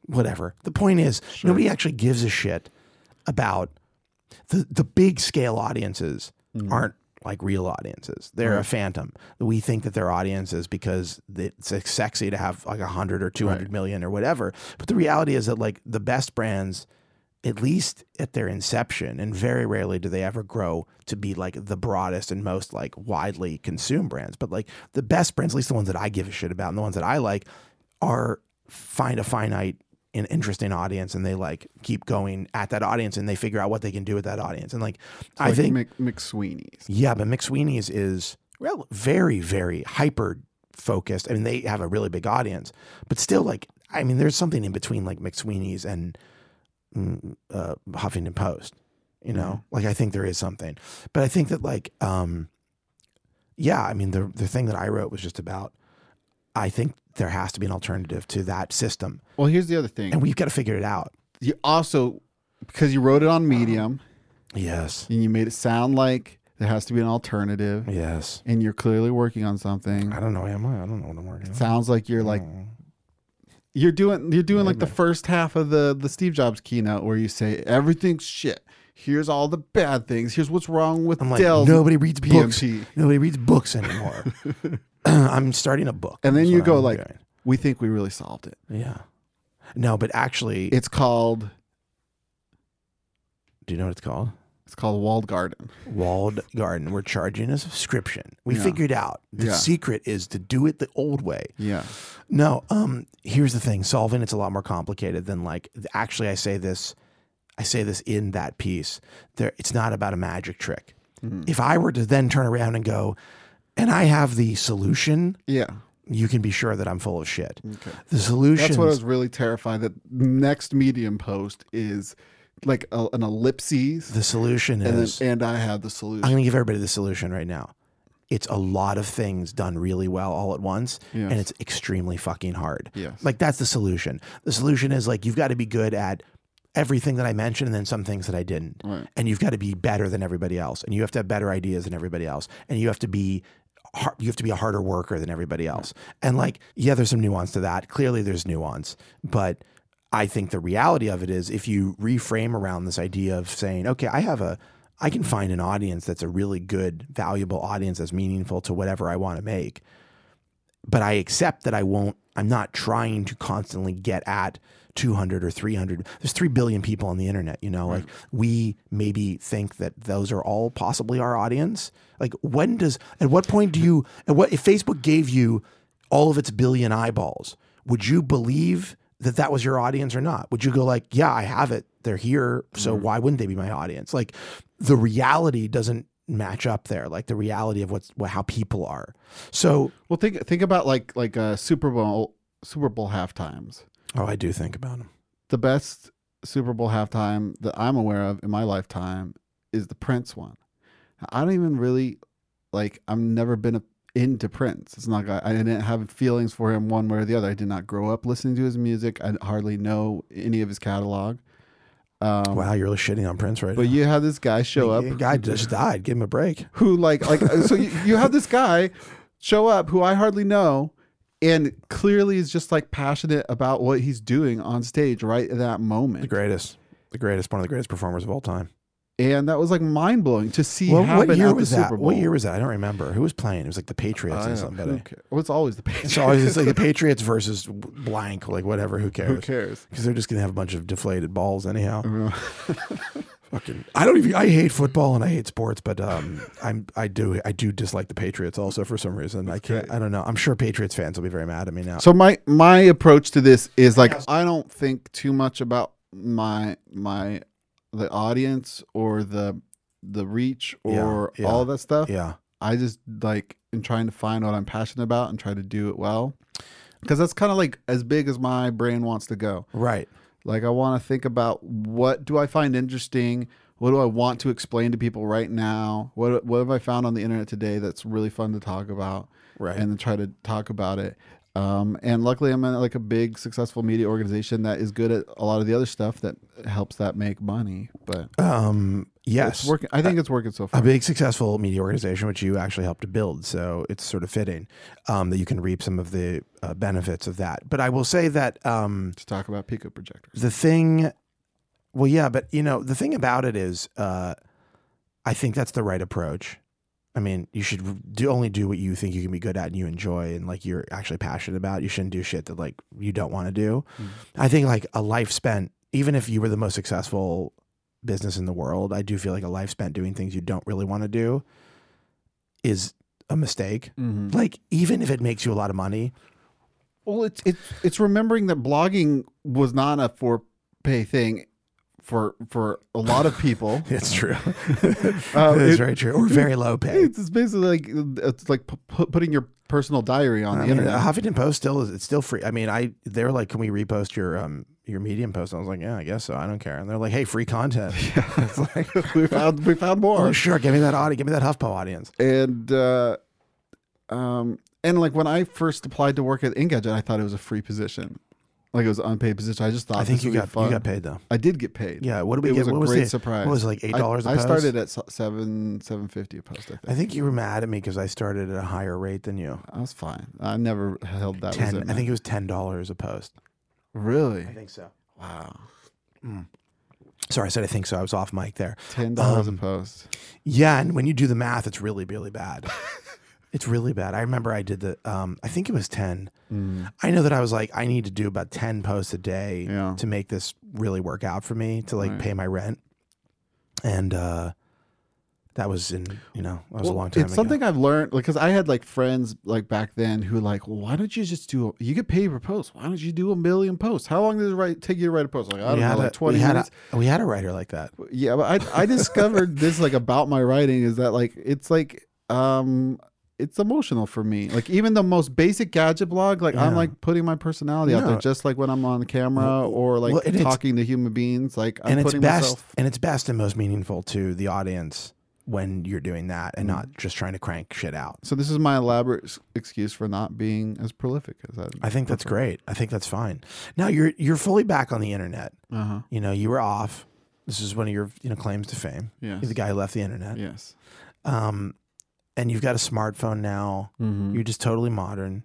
S1: Whatever. The point is, nobody actually gives a shit about the the big scale audiences aren't like real audiences. They're a phantom. We think that they're audiences because it's sexy to have like a hundred or two hundred million or whatever. But the reality is that like the best brands, at least at their inception, and very rarely do they ever grow to be like the broadest and most like widely consumed brands. But like the best brands, at least the ones that I give a shit about and the ones that I like, are find a finite an interesting audience and they like keep going at that audience and they figure out what they can do with that audience. And like I
S2: Like
S1: think
S2: Mc, McSweeney's.
S1: yeah, but McSweeney's is well very very hyper focused. I mean, they have a really big audience, but still, like, I mean, there's something in between like McSweeney's and mm, uh, Huffington Post. You know, like I think there is something, but I think that like, um, yeah, I mean, the the thing that I wrote was just about I think there has to be an alternative to that system,
S2: Well, here's the other thing.
S1: and we've got to figure it out.
S2: you also because you wrote it on Medium
S1: Yes.
S2: and you made it sound like there has to be an alternative,
S1: Yes.
S2: and you're clearly working on something.
S1: I don't know. Am I? I don't know what I'm working on.
S2: Sounds like you're like
S1: Mm.
S2: you're doing you're doing like the first half of the the Steve Jobs keynote where you say everything's shit. Here's all the bad things. Here's what's wrong with
S1: I'm like
S2: Dell's
S1: nobody reads books.
S2: PMP.
S1: Nobody reads books anymore. I'm starting a book,
S2: And then
S1: is
S2: you
S1: what
S2: go
S1: I'm
S2: like,
S1: doing.
S2: we think we really solved it.
S1: yeah. No, but actually,
S2: It's called
S1: do you know what it's called?
S2: it's called walled garden.
S1: Walled garden. We're charging a subscription. We
S2: Yeah.
S1: figured out the
S2: Yeah.
S1: secret is to do it the old way.
S2: Yeah.
S1: No, um, here's the thing. Solving it's a lot more complicated than like actually I say this I say this in that piece. There it's not about a magic trick.
S2: Hmm.
S1: If I were to then turn around and go, and I have the solution,
S2: Yeah.
S1: you can be sure that I'm full of shit.
S2: Okay.
S1: The solution
S2: That's what I was really terrified that next medium post is like a, an ellipses
S1: the solution
S2: and,
S1: is
S2: then, and I have the
S1: I'm
S2: solution.
S1: gonna give everybody the solution right now. It's a lot of things done really well all at once,
S2: Yes.
S1: and it's extremely fucking hard.
S2: Yes.
S1: Like that's the solution. The solution is like you've got to be good at everything that I mentioned and then some things that I didn't.
S2: Right.
S1: And you've got to be better than everybody else. And you have to have better ideas than everybody else. And you have to be har you have to be a harder worker than everybody else. And like yeah, there's some nuance to that. Clearly there's nuance, but I think the reality of it is if you reframe around this idea of saying, okay, I have a I can find an audience that's a really good, valuable audience that's meaningful to whatever I want to make but I accept that I won't. I'm not trying to constantly get at 200 or 300. There's 3 billion people on the internet, you know, like we maybe think that those are all possibly our audience. Like when does at what point do you at what if Facebook gave you all of its billion eyeballs, would you believe that that was your audience or not? Would you go like, "Yeah, I have it. They're here, so why wouldn't they be my audience?" Like the reality doesn't match up there, like the reality of what's what, how people are. So
S2: Well, think think about like like uh, Super Bowl Super Bowl halftimes.
S1: Oh, I do think about him.
S2: The best Super Bowl halftime that I'm aware of in my lifetime is the Prince one. I don't even really like. I've never been a, into Prince. It's not. I I didn't have feelings for him one way or the other. I did not grow up listening to his music. I hardly know any of his catalog. Um,
S1: Wow, you're really shitting on Prince right
S2: But
S1: now.
S2: you have this guy show up
S1: The guy just died. Give him a break.
S2: who like like so you, you have this guy show up who I hardly know and clearly is just like passionate about what he's doing on stage right at that
S1: The
S2: moment.
S1: greatest. The greatest. One of the greatest performers of all time.
S2: And that was like mind blowing to see happen
S1: what year
S2: at
S1: was
S2: the
S1: that?
S2: Super Bowl.
S1: What year was that? I don't remember. Who was playing? It was like the Patriots
S2: I
S1: and
S2: don't- who
S1: somebody.
S2: cares? Well, it's always the Patriots.
S1: It's always it's like the Patriots versus blank, like whatever. Who
S2: who Mm.
S1: cares?
S2: cares?
S1: Because they're just gonna have a bunch of deflated balls anyhow. Fucking, I don't even. I hate football and I hate sports, but um, I'm I do I do dislike the Patriots also for some reason. I can't. I don't know. I'm sure Patriots fans will be very mad at me now.
S2: So my my approach to this is like I don't think too much about my my the audience or the the reach
S1: Yeah,
S2: or
S1: yeah,
S2: all that stuff.
S1: yeah.
S2: I just like am trying to find what I'm passionate about and try to do it well. Cause that's kind of like as big as my brain wants to go.
S1: Right.
S2: Like I want to think about what do I find interesting? What do I want to explain to people right now? What what have I found on the internet today that's really fun to talk about?
S1: Right.
S2: And then try to talk about it. Um, and luckily, I'm in like a big successful media organization that is good at a lot of the other stuff that helps that make money. But
S1: Um. Yes. Uh,
S2: it's working. I think it's working so
S1: a
S2: far.
S1: big successful media organization which you actually helped to build so it's sort of fitting um, that you can reap some of the uh, benefits of that but i will say that um,
S2: to talk about Pico projectors.
S1: the thing well yeah but you know the thing about it is uh, i think that's the right approach i mean you should do only do what you think you can be good at and you enjoy and like you're actually passionate about you shouldn't do shit that like you don't want to do i think like a life spent even if you were the most successful business in the world i do feel like a life spent doing things you don't really want to do is a mistake
S2: Mm-hmm.
S1: like even if it makes you a lot of money
S2: Well, it's it's it's remembering that blogging was not a for pay thing for for a lot of people.
S1: it's true
S2: Um,
S1: it's
S2: it-
S1: very true or very low paid
S2: it's basically like it's like pu- pu- putting your personal diary on
S1: I
S2: the
S1: mean, uh,
S2: internet.
S1: Huffington Post still is it's still free. I mean, I they were like, "Can we repost your um your Medium post?" And I was like, "Yeah, I guess so. I don't care." And they're like, "Hey, free content." it's like,
S2: we found we found more,
S1: "Oh, sure, give me that audience, give me that HuffPo audience."
S2: and uh, um, And like when I first applied to work at Engadget, I thought it was a free position, like it was an unpaid position. I just thought
S1: I think
S2: Oh, this
S1: you
S2: would be
S1: got
S2: fun.
S1: you got paid though.
S2: I did get paid.
S1: Yeah, what did we
S2: it
S1: get?
S2: was a
S1: what was
S2: great
S1: the-
S2: surprise.
S1: What was it, like eight
S2: I-
S1: dollars? a
S2: I
S1: post?
S2: started at se- seven seven fifty a post. I think.
S1: I think you were mad at me because I started at a higher rate than you.
S2: I was fine. I never held that. Was
S1: Ten.
S2: it,
S1: I think
S2: man.
S1: it was ten dollars a post.
S2: really.
S1: I think so. Mm.
S2: Wow.
S1: Sorry, I said I think so. I was off mic there.
S2: Ten dollars
S1: Um,
S2: a post.
S1: Yeah, and when you do the math, it's really, really bad. it's really bad. I remember I did the. Um, I think it was ten.
S2: Mm,
S1: I know that I was like, I need to do about ten posts a day
S2: yeah.
S1: to make this really work out for me to like
S2: Right.
S1: pay my rent, and uh, that was in you know that was a
S2: Well,
S1: long time
S2: It's
S1: ago.
S2: something I've learned because I had like friends like back then who like, well, why don't you just do? A, you get paid per post. Why don't you do a million posts? How long does it write, take you to write a post? Like I don't
S1: we
S2: know,
S1: had
S2: like
S1: a,
S2: twenty
S1: we had
S2: minutes.
S1: A, we had a writer like that.
S2: yeah, but I I discovered this like about my writing is that like it's like um it's emotional for me. Like even the most basic gadget blog, like I'm
S1: Yeah.
S2: like putting my personality out there,
S1: No.
S2: just like when I'm on camera
S1: Well,
S2: or like
S1: well, and it's-
S2: talking to human beings. Like I'm
S1: and it's
S2: putting
S1: best
S2: myself.
S1: and it's best and most meaningful to the audience when you're doing that
S2: Mm.
S1: and not just trying to crank shit out.
S2: So this is my elaborate s- excuse for not being as prolific as I.
S1: I think that's great. I think that's fine. Now you're you're fully back on the internet.
S2: Uh huh.
S1: You know, you were off. This is one of your you know claims to fame.
S2: Yes.
S1: You're the guy who left the internet.
S2: Yes.
S1: Um and you've got a smartphone now.
S2: Mm-hmm.
S1: You're just totally modern.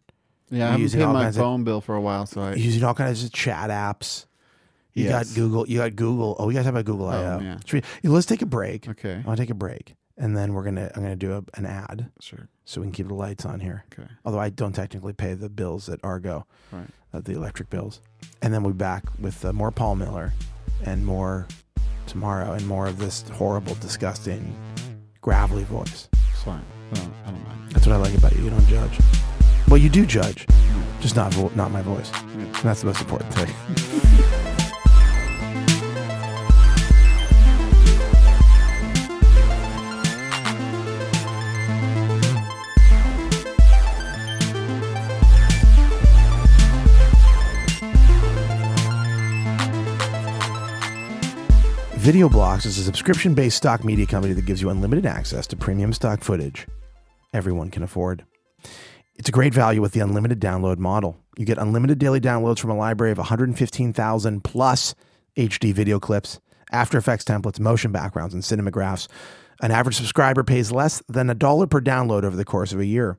S2: Yeah, I haven't
S1: using
S2: paid
S1: all
S2: my
S1: kinds of-
S2: phone bill for a while, so I.
S1: You're using all kinds of chat apps. You
S2: Yes.
S1: got Google. You got Google. Oh, we got to talk about Google
S2: Oh,
S1: I/O.
S2: man.
S1: Should we- Let's take a break.
S2: Okay.
S1: I want to take a break, and then we're gonna I'm gonna do a, an ad
S2: Sure.
S1: so we can keep the lights on here.
S2: Okay.
S1: Although I don't technically pay the bills at Argo,
S2: Right.
S1: uh, the electric bills, and then we'll be back with uh, more Paul Miller and more tomorrow and more of this horrible, disgusting, gravelly voice.
S2: It's fine. I don't, I don't mind.
S1: That's what I like about you. You don't judge. Well, you do judge, just not vo- not my voice. And that's the most important thing. Video Blocks is a subscription based stock media company that gives you unlimited access to premium stock footage everyone can afford. It's a great value with the unlimited download model. You get unlimited daily downloads from a library of 115,000 plus HD video clips, After Effects templates, motion backgrounds, and cinemagraphs. An average subscriber pays less than a dollar per download over the course of a year,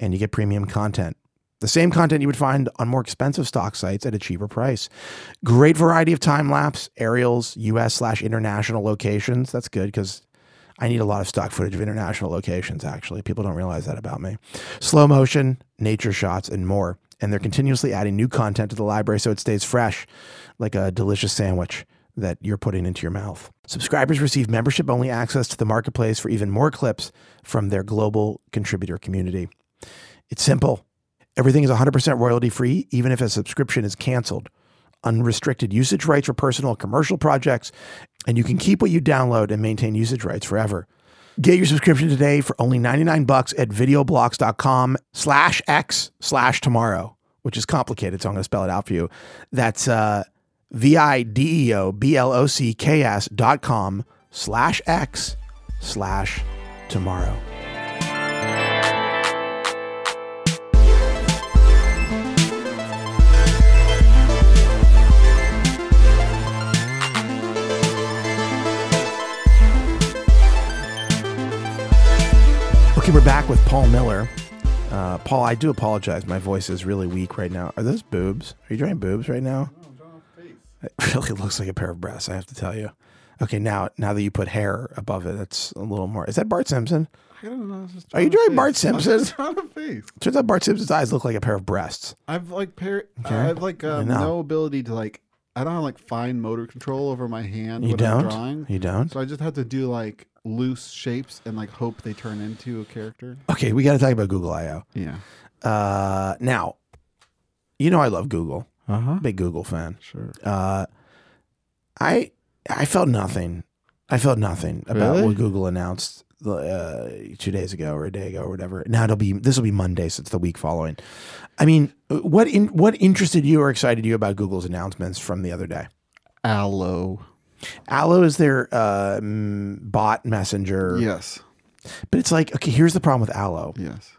S1: and you get premium content. The same content you would find on more expensive stock sites at a cheaper price. Great variety of time lapse, aerials, US slash international locations. That's good because I need a lot of stock footage of international locations, actually. People don't realize that about me. Slow motion, nature shots, and more. And they're continuously adding new content to the library so it stays fresh, like a delicious sandwich that you're putting into your mouth. Subscribers receive membership only access to the marketplace for even more clips from their global contributor community. It's simple. Everything is 100% royalty free, even if a subscription is canceled. Unrestricted usage rights for personal and commercial projects, and you can keep what you download and maintain usage rights forever. Get your subscription today for only 99 bucks at videoblocks.com slash x slash tomorrow, which is complicated, so I'm going to spell it out for you. That's uh, E V-I-D-E-O-B-L-O-C-K-S dot com slash x slash tomorrow. Okay, we're back with Paul Miller. Uh, Paul, I do apologize. My voice is really weak right now. Are those boobs? Are you drawing boobs right now?
S2: Oh,
S1: It really looks like a pair of breasts, I have to tell you. Okay, now now that you put hair above it, that's a little more. Is that Bart Simpson?
S2: I don't know. I was just
S1: Are you
S2: drawing a
S1: doing Bart
S2: face. I was
S1: Simpson?
S2: just drawing a face.
S1: Turns out Bart Simpson's eyes look like a pair of breasts.
S2: I've like par-
S1: Okay.
S2: I've like um,
S1: know.
S2: no ability to like. I don't have like fine motor control over my hand
S1: You
S2: when I'm
S1: don't?
S2: drawing.
S1: You don't?
S2: So I just have to do like loose shapes and like hope they turn into a character.
S1: Okay, we got to talk about Google I/O.
S2: Yeah.
S1: Uh, now, you know I love Google.
S2: Uh huh.
S1: Big Google fan.
S2: Sure.
S1: uh, I I felt nothing. I felt nothing about
S2: Really?
S1: what Google announced uh, two days ago or a day ago or whatever. Now it'll be this will be Monday, so it's the week following. I mean, uh, what in what interested you or excited you about Google's announcements from the other day?
S2: Aloe.
S1: Allo is their uh, mm, bot messenger,
S2: Yes.
S1: but it's like okay, here's the problem with Allo.
S2: Yes.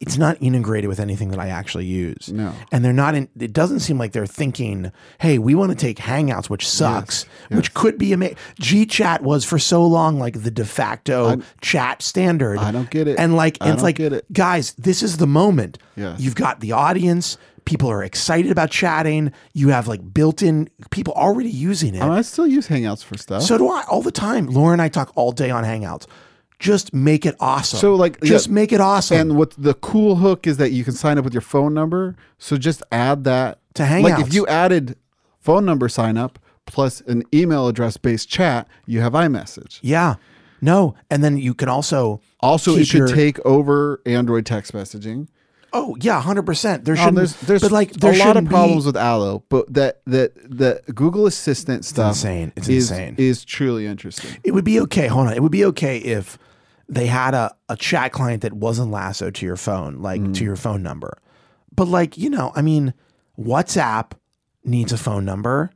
S1: it's not integrated with anything that I actually use.
S2: No.
S1: And they're not in, it doesn't seem like they're thinking, hey, we want to take Hangouts, which sucks, which could be amazing. GChat was for so long like the de facto chat standard.
S2: I don't get it.
S1: And like,
S2: I
S1: and it's
S2: don't
S1: like,
S2: get it.
S1: guys, this is the moment.
S2: Yeah.
S1: You've got the audience. People are excited about chatting. You have like built in people already using it.
S2: I, mean, I still use Hangouts for stuff.
S1: So do I all the time. Laura and I talk all day on Hangouts. Just make it awesome.
S2: So, like,
S1: just
S2: yeah.
S1: make it awesome.
S2: and what the cool hook is that you can sign up with your phone number. So just add that
S1: To
S2: Like
S1: Hangouts.
S2: if you added phone number sign up plus an email address based chat, you have iMessage.
S1: yeah. No. And then you can also
S2: Also, it
S1: keep
S2: should
S1: your-
S2: take over Android text messaging.
S1: Oh yeah, hundred percent. There
S2: Um,
S1: should
S2: there's there's
S1: but like there
S2: a lot of
S1: shouldn't be-
S2: problems with Allo, but that that the Google Assistant stuff
S1: insane. It's
S2: is,
S1: insane.
S2: is truly interesting.
S1: It would be okay. Hold on. It would be okay if they had a, a chat client that wasn't lassoed to your phone, like
S2: Mm.
S1: to your phone number. But like, you know, I mean, WhatsApp needs a phone number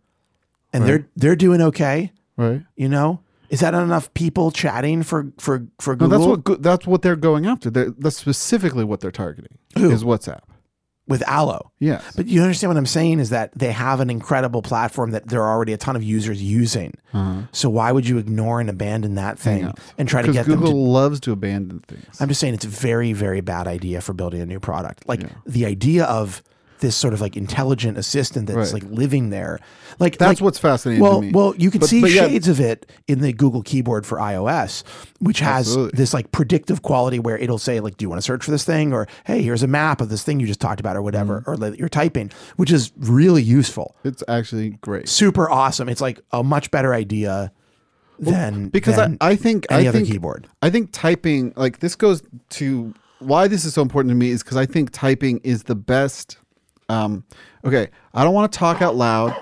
S1: and they're they're doing okay,
S2: Right.
S1: you know? Is that not enough people chatting for for for
S2: No,
S1: Google
S2: that's what go- that's what they're going after. They're, that's specifically what they're targeting
S1: Who?
S2: is WhatsApp.
S1: with Allo?
S2: Yes.
S1: But you understand what I'm saying is that they have an incredible platform that there are already a ton of users using.
S2: Uh-huh.
S1: So why would you ignore and abandon that thing
S2: Hangouts.
S1: and try to get
S2: because Google
S1: them to?
S2: loves to abandon things.
S1: I'm just saying it's a very, very bad idea for building a new product. Like the idea of this sort of like intelligent assistant that's
S2: Right.
S1: like living there. Like
S2: That's
S1: like,
S2: what's fascinating
S1: well,
S2: to me.
S1: well, you can
S2: But-
S1: see
S2: but yeah,
S1: shades of it in the Google keyboard for iOS, which has
S2: Absolutely.
S1: this like predictive quality where it'll say like, "Do you want to search for this thing?" or "Hey, here's a map of this thing you just talked about," or whatever,
S2: Mm-hmm.
S1: or that you're typing, which is really useful,
S2: It's actually great
S1: super awesome. It's like a much better idea than
S2: because
S1: than
S2: I, I think
S1: any
S2: I
S1: other
S2: think
S1: keyboard.
S2: I think typing like this goes to why this is so important to me is because I think typing is the best. Um, okay, I don't want to talk out loud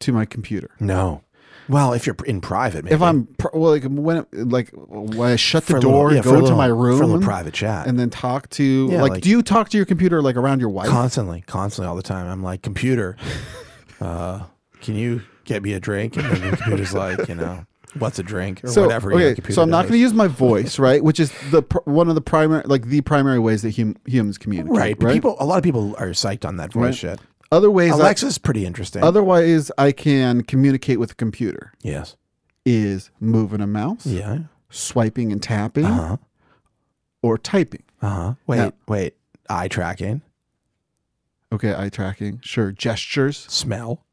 S2: to my computer.
S1: No, well, if you're in private, maybe.
S2: If I'm pr- well, like when like when I shut the
S1: For a little-
S2: door,
S1: yeah, for
S2: go
S1: a
S2: to
S1: little-
S2: my room
S1: for a little private chat.
S2: and then talk to
S1: Yeah,
S2: like,
S1: like-
S2: Do you talk to your computer like around your wife?
S1: constantly, constantly, all the time. I'm like, computer, uh, can you get me a drink? And then the computer's like, you know, what's a drink or whatever. you know, computer
S2: so I'm not
S1: does.
S2: going to use my voice, right? Which is the pr- one of the primary, like the primary ways that hum- humans communicate,
S1: Right,
S2: right?
S1: but people, a lot of people are psyched on that voice
S2: Right.
S1: shit.
S2: Other ways, I,
S1: Alexa's pretty interesting.
S2: other ways I can communicate with a computer
S1: yes.
S2: is moving a mouse,
S1: Yeah.
S2: swiping and tapping,
S1: Uh huh.
S2: or typing.
S1: Uh huh. Wait,
S2: Yeah.
S1: wait. Eye tracking,
S2: Okay, eye tracking, sure, gestures,
S1: smell,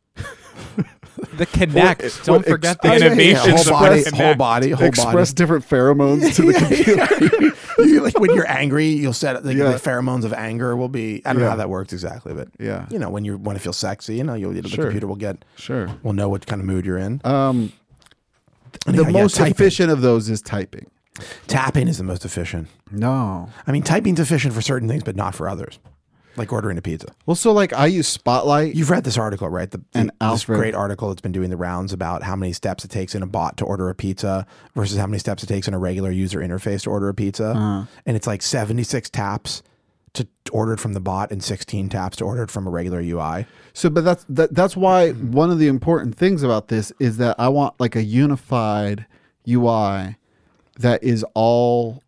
S3: The connect.
S2: Well, it-
S3: Don't
S2: well,
S3: forget
S2: ex-
S3: the
S2: yeah, yeah,
S3: innovation.
S2: yeah,
S1: whole
S3: of the
S1: body,
S3: Connect.
S1: whole body, whole
S2: express different pheromones to the
S1: body.
S2: computer.
S1: You, like when you're angry, you'll set like,
S2: Yeah.
S1: the pheromones of anger will be. I don't know
S2: Yeah.
S1: how that works exactly, but
S2: Yeah,
S1: you know when you want to feel sexy, you know you'll, the
S2: Sure.
S1: computer will get
S2: sure.
S1: will know what kind of mood you're in.
S2: Um,
S1: And
S2: the
S1: yeah, yeah,
S2: most
S1: typing.
S2: efficient of those is typing.
S1: tapping is the most efficient.
S2: No.
S1: I mean, typing's efficient for certain things, but not for others, like ordering a pizza.
S2: Well, so like I use Spotlight.
S1: You've read this article, right? The,
S2: And
S1: the- this
S2: Alfred.
S1: great article that's been doing the rounds about how many steps it takes in a bot to order a pizza versus how many steps it takes in a regular user interface to order a pizza,
S2: Uh-huh.
S1: and it's like seventy six taps to order it from the bot and sixteen taps to order it from a regular UI.
S2: So, but that's that, that's why one of the important things about this is that I want like a unified UI that is all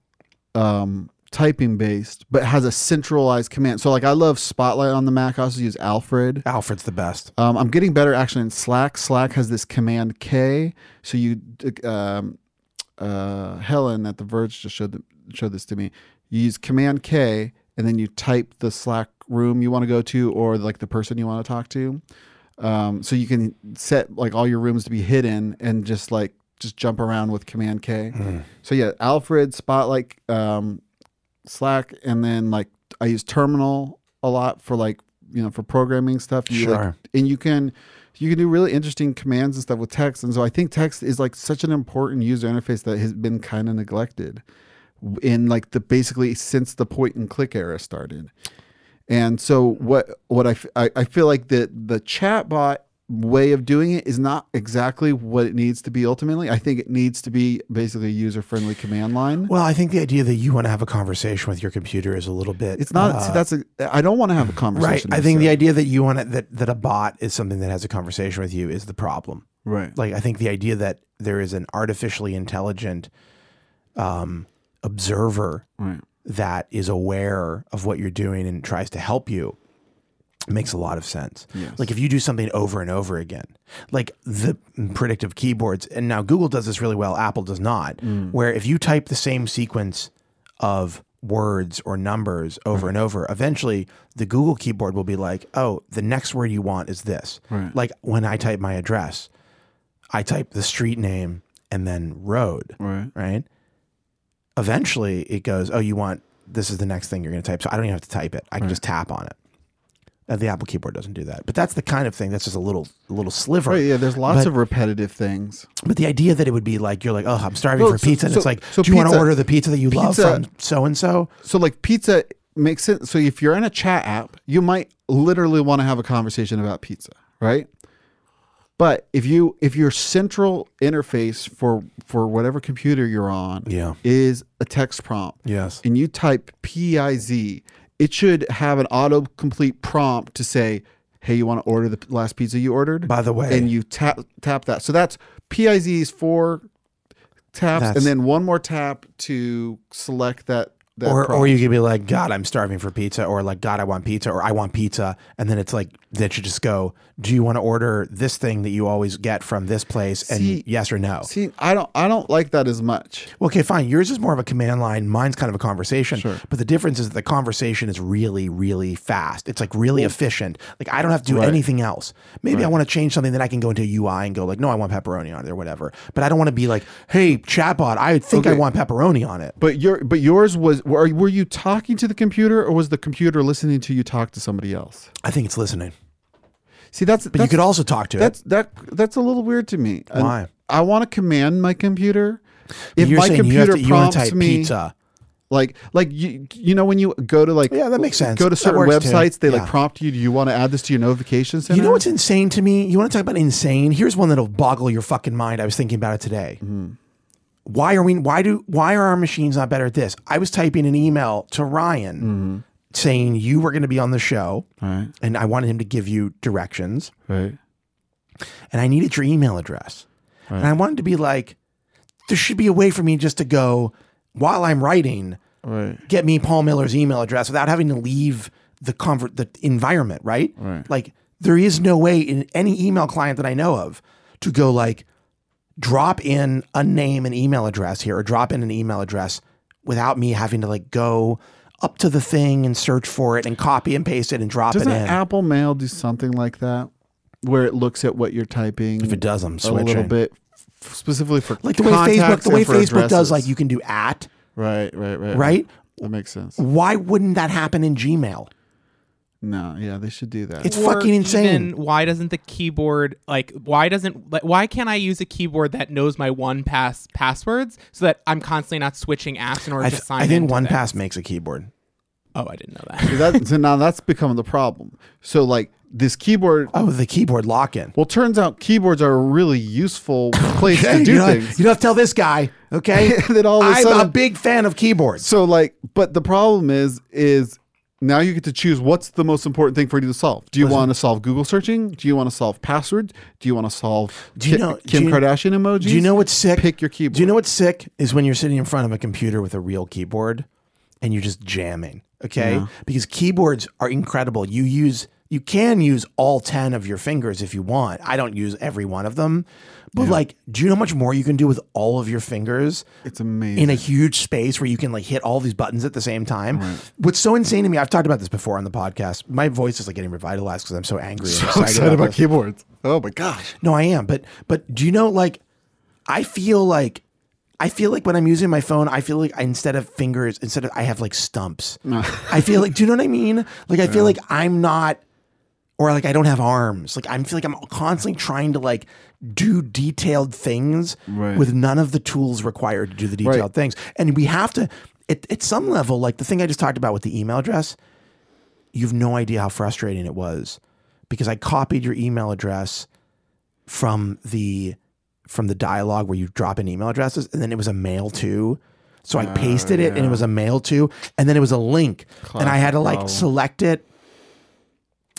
S2: um, typing based, but has a centralized command. So, like I love Spotlight on the Mac. I also use Alfred.
S1: Alfred's the best.
S2: Um, I'm getting better actually in Slack. Slack has this command K. So you, um, uh, Helen at The Verge just showed showed this to me. You use command K and then you type the Slack room you want to go to or like the person you want to talk to. Um, so you can set like all your rooms to be hidden and just like just jump around with command K. So yeah, Alfred, Spotlight, um, Slack, and then like I use Terminal a lot for like you know for programming stuff. You, like,
S1: Sure.
S2: and you can you can do really interesting commands and stuff with text. And so I think text is like such an important user interface that has been kind of neglected in like the basically since the point and click era started. And so what what I, f- I, I feel like the the chatbot way of doing it is not exactly what it needs to be ultimately. I think it needs to be basically a user friendly command line.
S1: Well, I think the idea that you want to have a conversation with your computer is a little bit.
S2: It's not
S1: uh,
S2: see, that's a I don't want to have a
S1: right.
S2: conversation.
S1: I think the idea that you want to, that that a bot is something that has a conversation with you is the problem.
S2: right.
S1: Like I think the idea that there is an artificially intelligent um, observer
S2: Right.
S1: that is aware of what you're doing and tries to help you makes a lot of sense.
S2: Yes.
S1: Like if you do something over and over again, like the predictive keyboards, and now Google does this really well, Apple does not,
S2: Mm.
S1: where if you type the same sequence of words or numbers over and over, eventually the Google keyboard will be like, oh, the next word you want is this.
S2: Right.
S1: Like when I type my address, I type the street name and then road
S2: Right.
S1: right? Eventually it goes, oh, you want this is the next thing you're going to type. So I don't even have to type it. I can just tap on it. Uh, the Apple keyboard doesn't do that. But that's the kind of thing that's just a little a little sliver.
S2: Right. Yeah. There's lots
S1: But-
S2: of repetitive things.
S1: But the idea that it would be like you're like, oh, I'm starving
S2: Well,
S1: for
S2: so-
S1: pizza. And
S2: so-
S1: it's like,
S2: so
S1: do you want to
S2: pizza-
S1: order the pizza that you love
S2: pizza-
S1: from so and so?
S2: So like pizza makes sense. So if you're in a chat app, you might literally want to have a conversation about pizza, right? But if you if your central interface for for whatever computer you're on
S1: Yeah.
S2: is a text prompt,
S1: Yes.
S2: and you type PIZ, it should have an autocomplete prompt to say, "Hey, you want to order the p- last pizza you ordered?"
S1: By the way,
S2: and you tap tap that. So that's PIZ's four taps,
S1: That's-
S2: and then one more tap to select that. that
S1: or, or
S2: prompt.
S1: you could be like, God, I'm starving for pizza, or like, God, I want pizza, or I want pizza. And then it's like, that should just go, do you want to order this thing that you always get from this place? And
S2: See-
S1: yes or no?
S2: see, I don't I don't like that as much.
S1: Okay, fine. Yours is more of a command line. Mine's kind of a conversation.
S2: Sure.
S1: But the difference is the conversation is really, really fast. It's like really efficient. Like I don't have to do
S2: Right.
S1: anything else. Maybe I want to change something, then I can go into UI and go like, no, I want pepperoni on it or whatever. But I don't want to be like, hey, chatbot, I think I
S2: Okay.
S1: want pepperoni on it.
S2: But your but yours was were were you talking to the computer or was the computer listening to you talk to somebody else?
S1: I think it's listening.
S2: See, that's
S1: But you could also talk to it.
S2: that's that that's a little weird to me. And
S1: Why?
S2: I want to command my computer. If
S1: You're
S2: my
S1: saying you have
S2: computer
S1: to, you want
S2: prompts
S1: to type
S2: me,
S1: pizza.
S2: like like you you know when you go to like
S1: Yeah, that makes sense.
S2: Go to
S1: That
S2: certain
S1: works too.
S2: websites, they like
S1: Yeah.
S2: prompt you. Do you want to add this to your notification center?
S1: You know what's insane to me? You want to talk about insane? Here's one that'll boggle your fucking mind. I was thinking about it today. Why are we? Why do? Why are our machines not better at this? I was typing an email to Ryan saying you were going to be on the show,
S2: right,
S1: and I wanted him to give you directions,
S2: right.
S1: and I needed your email address, and I wanted to be like, there should be a way for me just to go while I'm writing,
S2: Right.
S1: get me Paul Miller's email address without having to leave the convert the environment, right?
S2: Right.
S1: Like there is no way in any email client that I know of to go like drop in a name and email address here or drop in an email address without me having to like go up to the thing and search for it and copy and paste it and drop
S2: Doesn't
S1: it in.
S2: Apple Mail do something like that, where it looks at what you're typing?
S1: if it does, I'm
S2: a little
S1: switching.
S2: bit, f- specifically for
S1: Like the way Facebook,
S2: contacts
S1: the
S2: and
S1: way
S2: for
S1: Facebook does,
S2: addresses.
S1: like you can do at,
S2: Right, right, right,
S1: right?
S2: That makes sense.
S1: Why wouldn't that happen in Gmail?
S2: No, yeah, they should do that.
S1: It's
S3: Or
S1: fucking insane.
S3: even, why doesn't the keyboard like why doesn't like, why can't I use a keyboard that knows my one pass passwords so that I'm constantly not switching apps in order
S1: I,
S3: to
S1: th- I
S3: sign
S1: think
S3: into
S1: one
S3: them?
S1: pass makes a keyboard.
S3: Oh, I didn't know that.
S2: So that, so now that's become the problem. So like this keyboard.
S1: Oh, the keyboard lock in.
S2: Well, turns out keyboards are a really useful place
S1: Hey,
S2: to do
S1: you know,
S2: things.
S1: You don't have to tell this guy, okay?
S2: And then all of a
S1: I'm a
S2: sudden-
S1: big fan of keyboards.
S2: So like, but the problem is, is now you get to choose what's the most important thing for you to solve. Do you want to solve Google searching? Do you want to solve password? Do you want to solve
S1: Do you
S2: Ki-
S1: know-
S2: Kim
S1: do you-
S2: Kardashian emojis?
S1: Do you know what's sick?
S2: Pick your keyboard.
S1: Do you know what's sick is when you're sitting in front of a computer with a real keyboard and you're just jamming, okay? Because keyboards are incredible. You use you can use all 10 of your fingers if you want. I don't use every one of them. But like, do you know how much more you can do with all of your fingers
S2: It's amazing.
S1: in a huge space where you can like hit all these buttons at the same time. What's so insane to me, I've talked about this before on the podcast. My voice is like getting revitalized because I'm so angry. and
S2: I'm
S1: excited
S2: excited
S1: about
S2: about keyboards. Oh my gosh.
S1: no, I am. But but do you know like I feel like I feel like when I'm using my phone, I feel like I, instead of fingers, instead of I have like stumps. I feel like do you know what I mean? Like I feel like I'm not or like I don't have arms. Like I feel like I'm constantly trying to like do detailed things
S2: Right.
S1: with none of the tools required to do the detailed
S2: Right.
S1: things. And we have to at, at some level, like the thing I just talked about with the email address, you've no idea how frustrating it was because I copied your email address from the from the dialogue where you drop in email addresses and then it was a mail to so
S2: Ah,
S1: I pasted it and it was a mail to and then it was a link and I had to like
S2: Classic problem.
S1: select it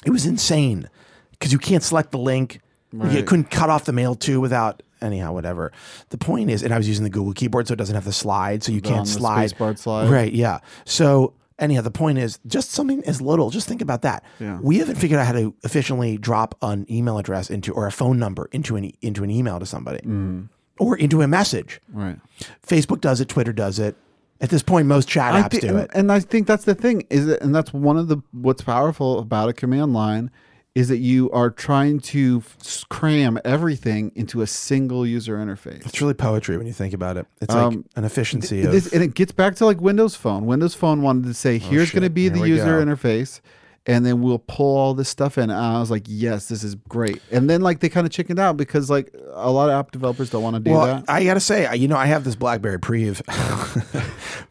S1: it was insane because you can't select the link You
S2: Right.
S1: couldn't cut off the mail to without anyhow, whatever. The point is, and I was using the Google keyboard, so it doesn't have the slide, so you
S2: on
S1: can't
S2: the
S1: slide.
S2: spacebar slide.
S1: Right. Yeah. So anyhow, the point is, just something as little. Just think about that.
S2: Yeah.
S1: We haven't figured out how to efficiently drop an email address into or a phone number into an e, into an email to somebody
S2: Mm-hmm.
S1: or into a message.
S2: Right.
S1: Facebook does it. Twitter does it. At this point, most chat
S2: I
S1: apps
S2: thi- uh,
S1: do
S2: and-
S1: it.
S2: And I think that's the thing is that, and that's one of the what's powerful about a command line is that you are trying to f- cram everything into a single user interface.
S1: It's really poetry when you think about it. It's like
S2: Um,
S1: an efficiency of
S2: This, and it gets back to like Windows Phone. Windows Phone wanted to say, here's going
S1: Oh,
S2: to
S1: shit.
S2: be
S1: Here
S2: the
S1: we go.
S2: user interface, and then we'll pull all this stuff in. And I was like, yes, this is great. And then like they kind of chickened out because like a lot of app developers don't want to do
S1: well,
S2: that.
S1: I gotta say, I- you know, I have this BlackBerry Preve,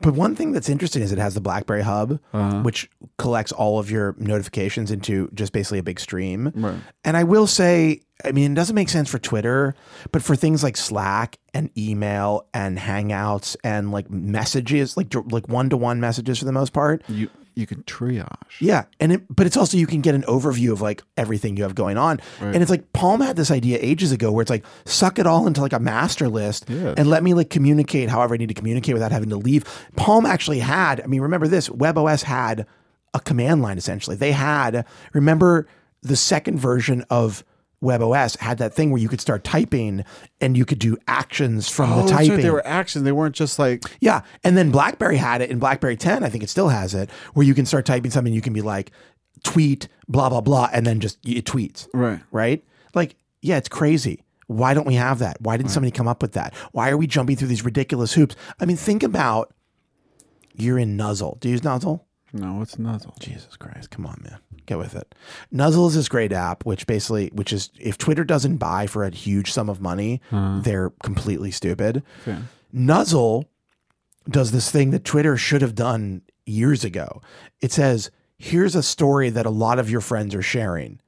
S1: but one thing that's interesting is it has the BlackBerry Hub,
S2: Uh-huh.
S1: which collects all of your notifications into just basically a big stream.
S2: Right.
S1: And I will say, I mean, it doesn't make sense for Twitter, but for things like Slack and email and Hangouts and like messages, like dir- like one to one messages for the most part,
S2: you you can triage.
S1: yeah, and it, but it's also you can get an overview of like everything you have going on, and it's like Palm had this idea ages ago where it's like suck it all into like a master list
S2: Yeah.
S1: and let me like communicate however I need to communicate without having to leave. Palm actually had, I mean, remember this WebOS had a command line essentially. They had remember the second version of WebOS had that thing where you could start typing and you could do actions from
S2: Oh,
S1: the
S2: that's right,
S1: typing.
S2: They were actions. They weren't just like
S1: Yeah. And then BlackBerry had it, and BlackBerry 10, I think it still has it, where you can start typing something, you can be like, tweet, blah, blah, blah, and then just it tweets,
S2: right.
S1: right? Like, yeah, it's crazy. Why don't we have that? Why didn't somebody come up with that? Why are we jumping through these ridiculous hoops? I mean, think about you're in Nuzzle. Do you use Nuzzle?
S2: No, it's nuzzle.
S1: Jesus Christ, come on, man. Get with it. Nuzzle is this great app, which basically, which is if Twitter doesn't buy for a huge sum of money, they're completely stupid.
S2: Okay.
S1: Nuzzle does this thing that Twitter should have done years ago. It says, here's a story that a lot of your friends are sharing.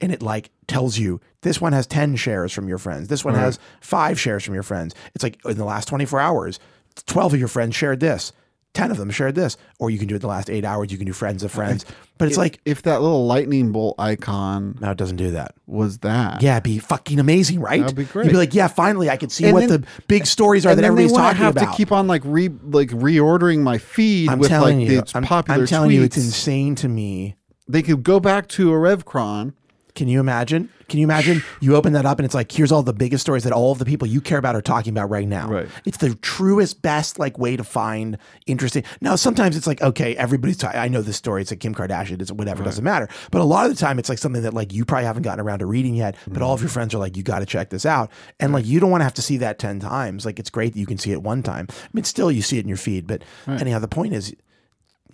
S1: And it like tells you this one has 10 shares from your friends. This one has five shares from your friends. It's like in the last 24 hours, 12 of your friends shared this, 10 of them shared this. Or you can do it in the last eight hours. You can do friends of friends. But it's like,
S2: If that little lightning bolt icon
S1: no, it doesn't do that.
S2: was that,
S1: Yeah, it'd be fucking amazing, right?
S2: That'd be
S1: You'd
S2: great.
S1: be like, yeah, finally, I can see
S2: And
S1: what
S2: then-
S1: the big stories are
S2: and
S1: that
S2: then
S1: everybody's
S2: they wanna
S1: talking
S2: have
S1: about.
S2: to keep on like re like reordering my feed
S1: I'm
S2: with like
S1: telling you,
S2: these
S1: I'm,
S2: popular
S1: I'm telling
S2: tweets.
S1: you, it's insane to me.
S2: they could go back to a RevCron.
S1: Can you imagine? Can you imagine? You open that up and it's like, here's all the biggest stories that all of the people you care about are talking about right now.
S2: Right.
S1: It's the truest, best like way to find interesting. Now, sometimes it's like, okay, everybody's talking. I know this story. It's like Kim Kardashian. It's whatever. Doesn't matter. But a lot of the time, it's like something that like you probably haven't gotten around to reading yet. But all of your friends are like, you got to check this out. And like, you don't want to have to see that ten times. Like, it's great that you can see it one time. I mean, still, you see it in your feed. But anyhow, the point is,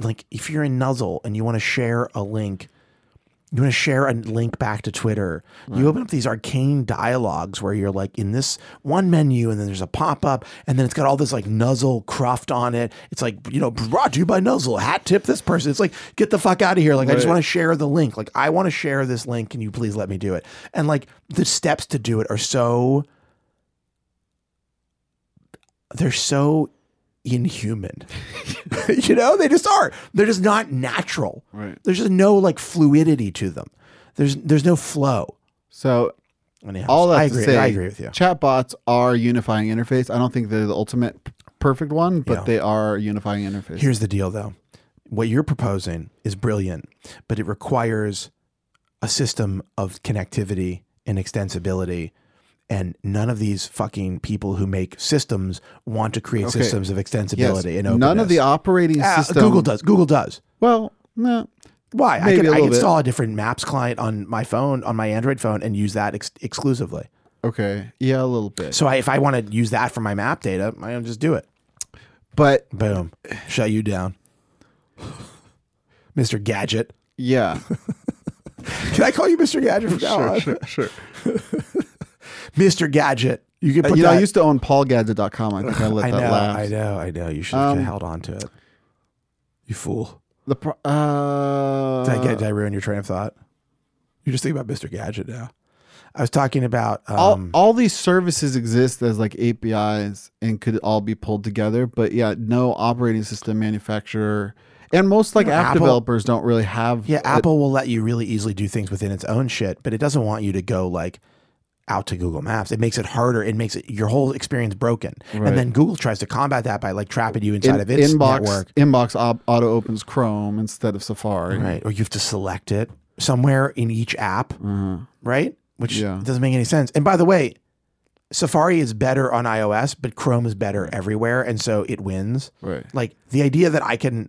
S1: like if you're in Nuzzle and you want to share a link, you want to share a link back to Twitter, you open up these arcane dialogues where you're like in this one menu and then there's a pop up and then it's got all this like Nuzzle cruft on it. It's like, you know, brought to you by Nuzzle, hat tip this person. It's like, get the fuck out of here. Like, I just
S2: Right.
S1: want to share the link. Like, I want to share this link. Can you please let me do it? And like the steps to do it are so, they're so inhuman. you know, they just are. They're just not natural.
S2: Right.
S1: There's just no like fluidity to them. There's there's no flow.
S2: So
S1: Anyhow,
S2: all that
S1: I
S2: to
S1: agree.
S2: say,
S1: I agree with you.
S2: Chatbots are a unifying interface. I don't think they're the ultimate p- perfect one, but
S1: Yeah.
S2: they are a unifying interface.
S1: Here's the deal, though. What you're proposing is brilliant, but it requires a system of connectivity and extensibility. And none of these fucking people who make systems want to create
S2: Okay.
S1: systems of extensibility
S2: Yes.
S1: and openness.
S2: None of the operating
S1: Ah,
S2: system.
S1: Google does. Google does.
S2: Well, no.
S1: Why? I
S2: Maybe a
S1: can, I
S2: little
S1: can
S2: bit.
S1: install a different Maps client on my phone, on my Android phone, and use that ex- exclusively.
S2: Okay. Yeah, a little bit.
S1: So I, if I want to use that for my map data, I can just do it.
S2: But
S1: Boom. Shut you down. Mr. Gadget.
S2: yeah.
S1: Can I call you Mr. Gadget from now on?
S2: sure.
S1: Mr. Gadget. You can
S2: Uh,
S1: put
S2: you know,
S1: that.
S2: I used to own PaulGadget.com. I think I let
S1: I
S2: that
S1: know,
S2: lapse.
S1: I know, I know. You should have held on to it. Um, You fool.
S2: The pro- uh,
S1: Did, I get, did I ruin your train of thought? You just think about Mr. Gadget now. I was talking about
S2: all,
S1: um,
S2: all these services exist as like APIs and could all be pulled together, but yeah, no operating system manufacturer and most like app
S1: Apple-
S2: developers don't really have
S1: Yeah,
S2: a-
S1: Apple will let you really easily do things within its own shit, but it doesn't want you to go like out to Google Maps. It makes it harder. It makes it your whole experience broken.
S2: Right.
S1: And then Google tries to combat that by like trapping you inside
S2: In-
S1: of its
S2: inbox
S1: network,
S2: inbox op- auto opens Chrome instead of Safari.
S1: right? Or you have to select it somewhere in each app, right? Which
S2: Mm-hmm. Yeah.
S1: doesn't make any sense. And by the way, Safari is better on iOS, but Chrome is better everywhere, and so it wins.
S2: Right.
S1: Like the idea that I can,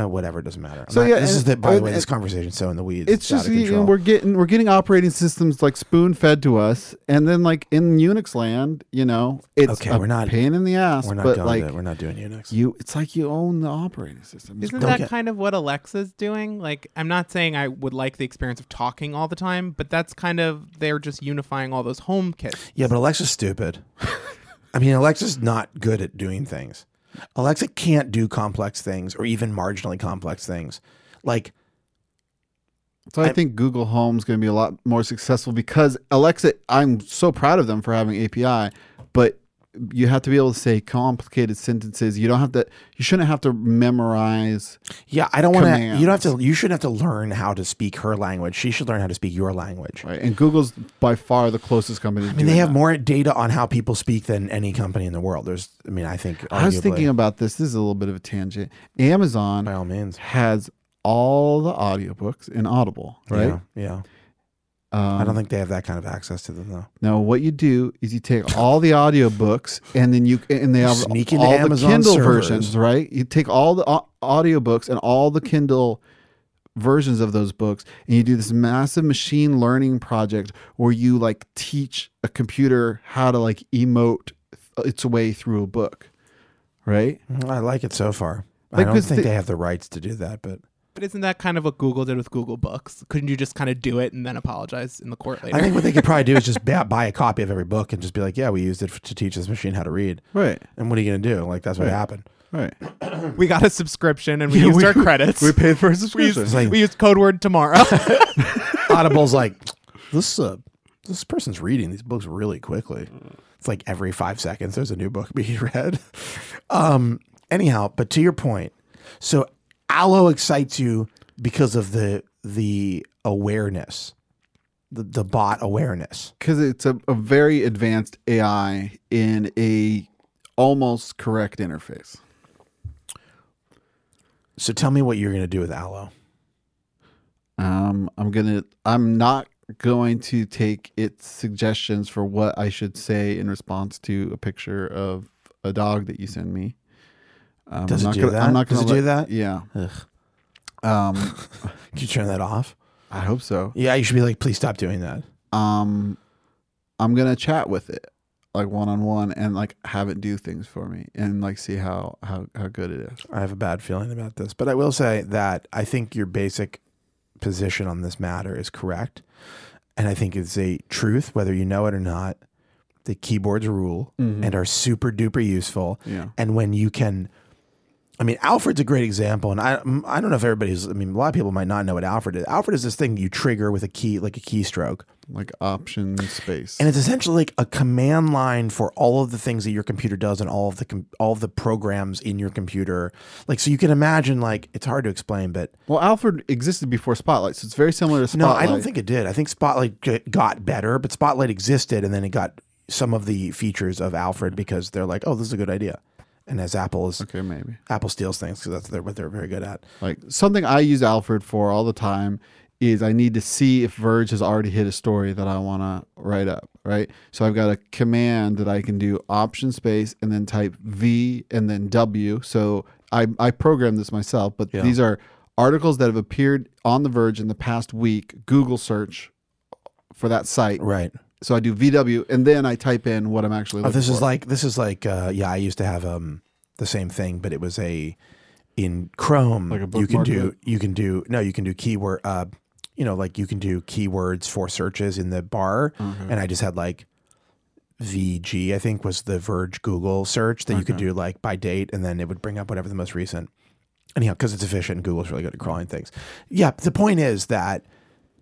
S1: uh, whatever doesn't matter. I'm
S2: So,
S1: not-
S2: yeah,
S1: this
S2: and-
S1: is the by the
S2: and-
S1: way, this
S2: and-
S1: conversation's so in the weeds.
S2: It's
S1: out
S2: just
S1: of
S2: you know,
S1: control.
S2: we're getting we're getting operating systems like spoon fed to us, and then like in Unix land, you know, it's
S1: Okay,
S2: a
S1: we're not-
S2: pain in the ass.
S1: we're not
S2: but
S1: going.
S2: like
S1: to, we're not doing Unix.
S2: you, it's like you own the operating system. It's
S3: Isn't
S1: Don't
S3: that
S1: get-
S3: kind of what Alexa's doing? Like, I'm not saying I would like the experience of talking all the time, but that's kind of they're just unifying all those home kits.
S1: Yeah, but Alexa's stupid. I mean, Alexa's not good at doing things. Alexa can't do complex things or even marginally complex things. Like,
S2: So I, think Google Home's going to be a lot more successful because Alexa, I'm so proud of them for having API, but you have to be able to say complicated sentences. You don't have to you shouldn't have to memorize
S1: yeah, I don't want to.
S2: Commands.
S1: You don't have to. You shouldn't have to learn how to speak her language. She should learn how to speak your language.
S2: right? And Google's by far the closest company to
S1: I mean, they have more data on how people speak than any company in the world. There's, I mean, I think.
S2: I was
S1: arguably,
S2: thinking about this. This is a little bit of a tangent. Amazon
S1: by all means,
S2: has all the audiobooks in Audible, right?
S1: Yeah, yeah.
S2: Um,
S1: I don't think they have that kind of access to them though.
S2: No, what you do is you take all the audiobooks and then you and they have
S1: Sneak into
S2: all the
S1: Amazon
S2: Kindle
S1: servers.
S2: versions, right? You take all the au- audiobooks and all the Kindle versions of those books and you do this massive machine learning project where you like teach a computer how to like emote its way through a book, right?
S1: Mm, I like it so far. I
S2: Like,
S1: don't
S2: because
S1: think
S2: the-
S1: they have the rights to do that, but
S3: But isn't that kind of what Google did with Google Books? Couldn't you just kind of do it and then apologize in the court later?
S1: I think what they could probably do is just ba- buy a copy of every book and just be like, "Yeah, we used it f- to teach this machine how to read."
S2: Right.
S1: And what are you going to do? Like that's what
S2: Right.
S1: happened.
S2: Right.
S3: we got a subscription and we
S2: Yeah,
S3: used
S2: we-
S3: our credits.
S2: We paid for a
S3: We used,
S2: subscription.
S1: like-
S3: we used code word tomorrow.
S1: Audible's like, "This uh, this person's reading these books really quickly." It's like every five seconds there's a new book being read. Um, anyhow, but to your point, so Allo excites you because of the the awareness, the the bot awareness.
S2: because it's a, a very advanced AI in a almost correct interface.
S1: So tell me what you're going to do with Allo.
S2: Um, I'm gonna. I'm not going to take its suggestions for what I should say in response to a picture of a dog that you send me. Um,
S1: Does it
S2: I'm not
S1: do
S2: gonna,
S1: that?
S2: I'm not
S1: Does
S2: gonna
S1: it do
S2: let-
S1: that?
S2: Yeah.
S1: Ugh.
S2: Um,
S1: Can you turn that off?
S2: I hope so.
S1: Yeah, you should be like, please stop doing that.
S2: Um, I'm gonna chat with it like one on one and like have it do things for me and like see how how how good it is.
S1: I have a bad feeling about this, but I will say that I think your basic position on this matter is correct. And I think it's a truth, whether you know it or not, the keyboards rule and are super duper useful.
S2: Yeah.
S1: And when you can, I mean, Alfred's a great example. And I, mm, I don't know if everybody's, I mean, a lot of people might not know what Alfred is. Alfred is this thing you trigger with a key, like a keystroke.
S2: Like option space.
S1: And it's essentially like a command line for all of the things that your computer does and all of the com- all of the programs in your computer. Like so you can imagine like it's hard to explain but
S2: Well, Alfred existed before Spotlight, so it's very similar to
S1: no,
S2: Spotlight.
S1: I don't think it did. I think Spotlight g- got better, but Spotlight existed and then it got some of the features of Alfred because they're like, "Oh, this is a good idea." And as Apple is
S2: Okay, maybe
S1: Apple steals things cuz that's their, what they're very good at.
S2: like something I use Alfred for all the time is I need to see if Verge has already hit a story that I want to write up, right? So I've got a command that I can do option space and then type V and then W. So I I programmed this myself, but these are articles that have appeared on the Verge in the past week. Google search for that site.
S1: Right.
S2: So I do VW and then I type in what I'm actually
S1: Oh,
S2: looking
S1: this
S2: for.
S1: is like this is like uh, yeah, I used to have um the same thing, but it was a in Chrome
S2: Like a
S1: you can
S2: bookmark
S1: do you can do no you can do keyword uh you know like you can do keywords for searches in the bar, and I just had like VG I think was the Verge Google search that you could do like by date, and then it would bring up whatever the most recent. Anyhow, because it's efficient, and Google's really good at crawling things. Yeah, the point is that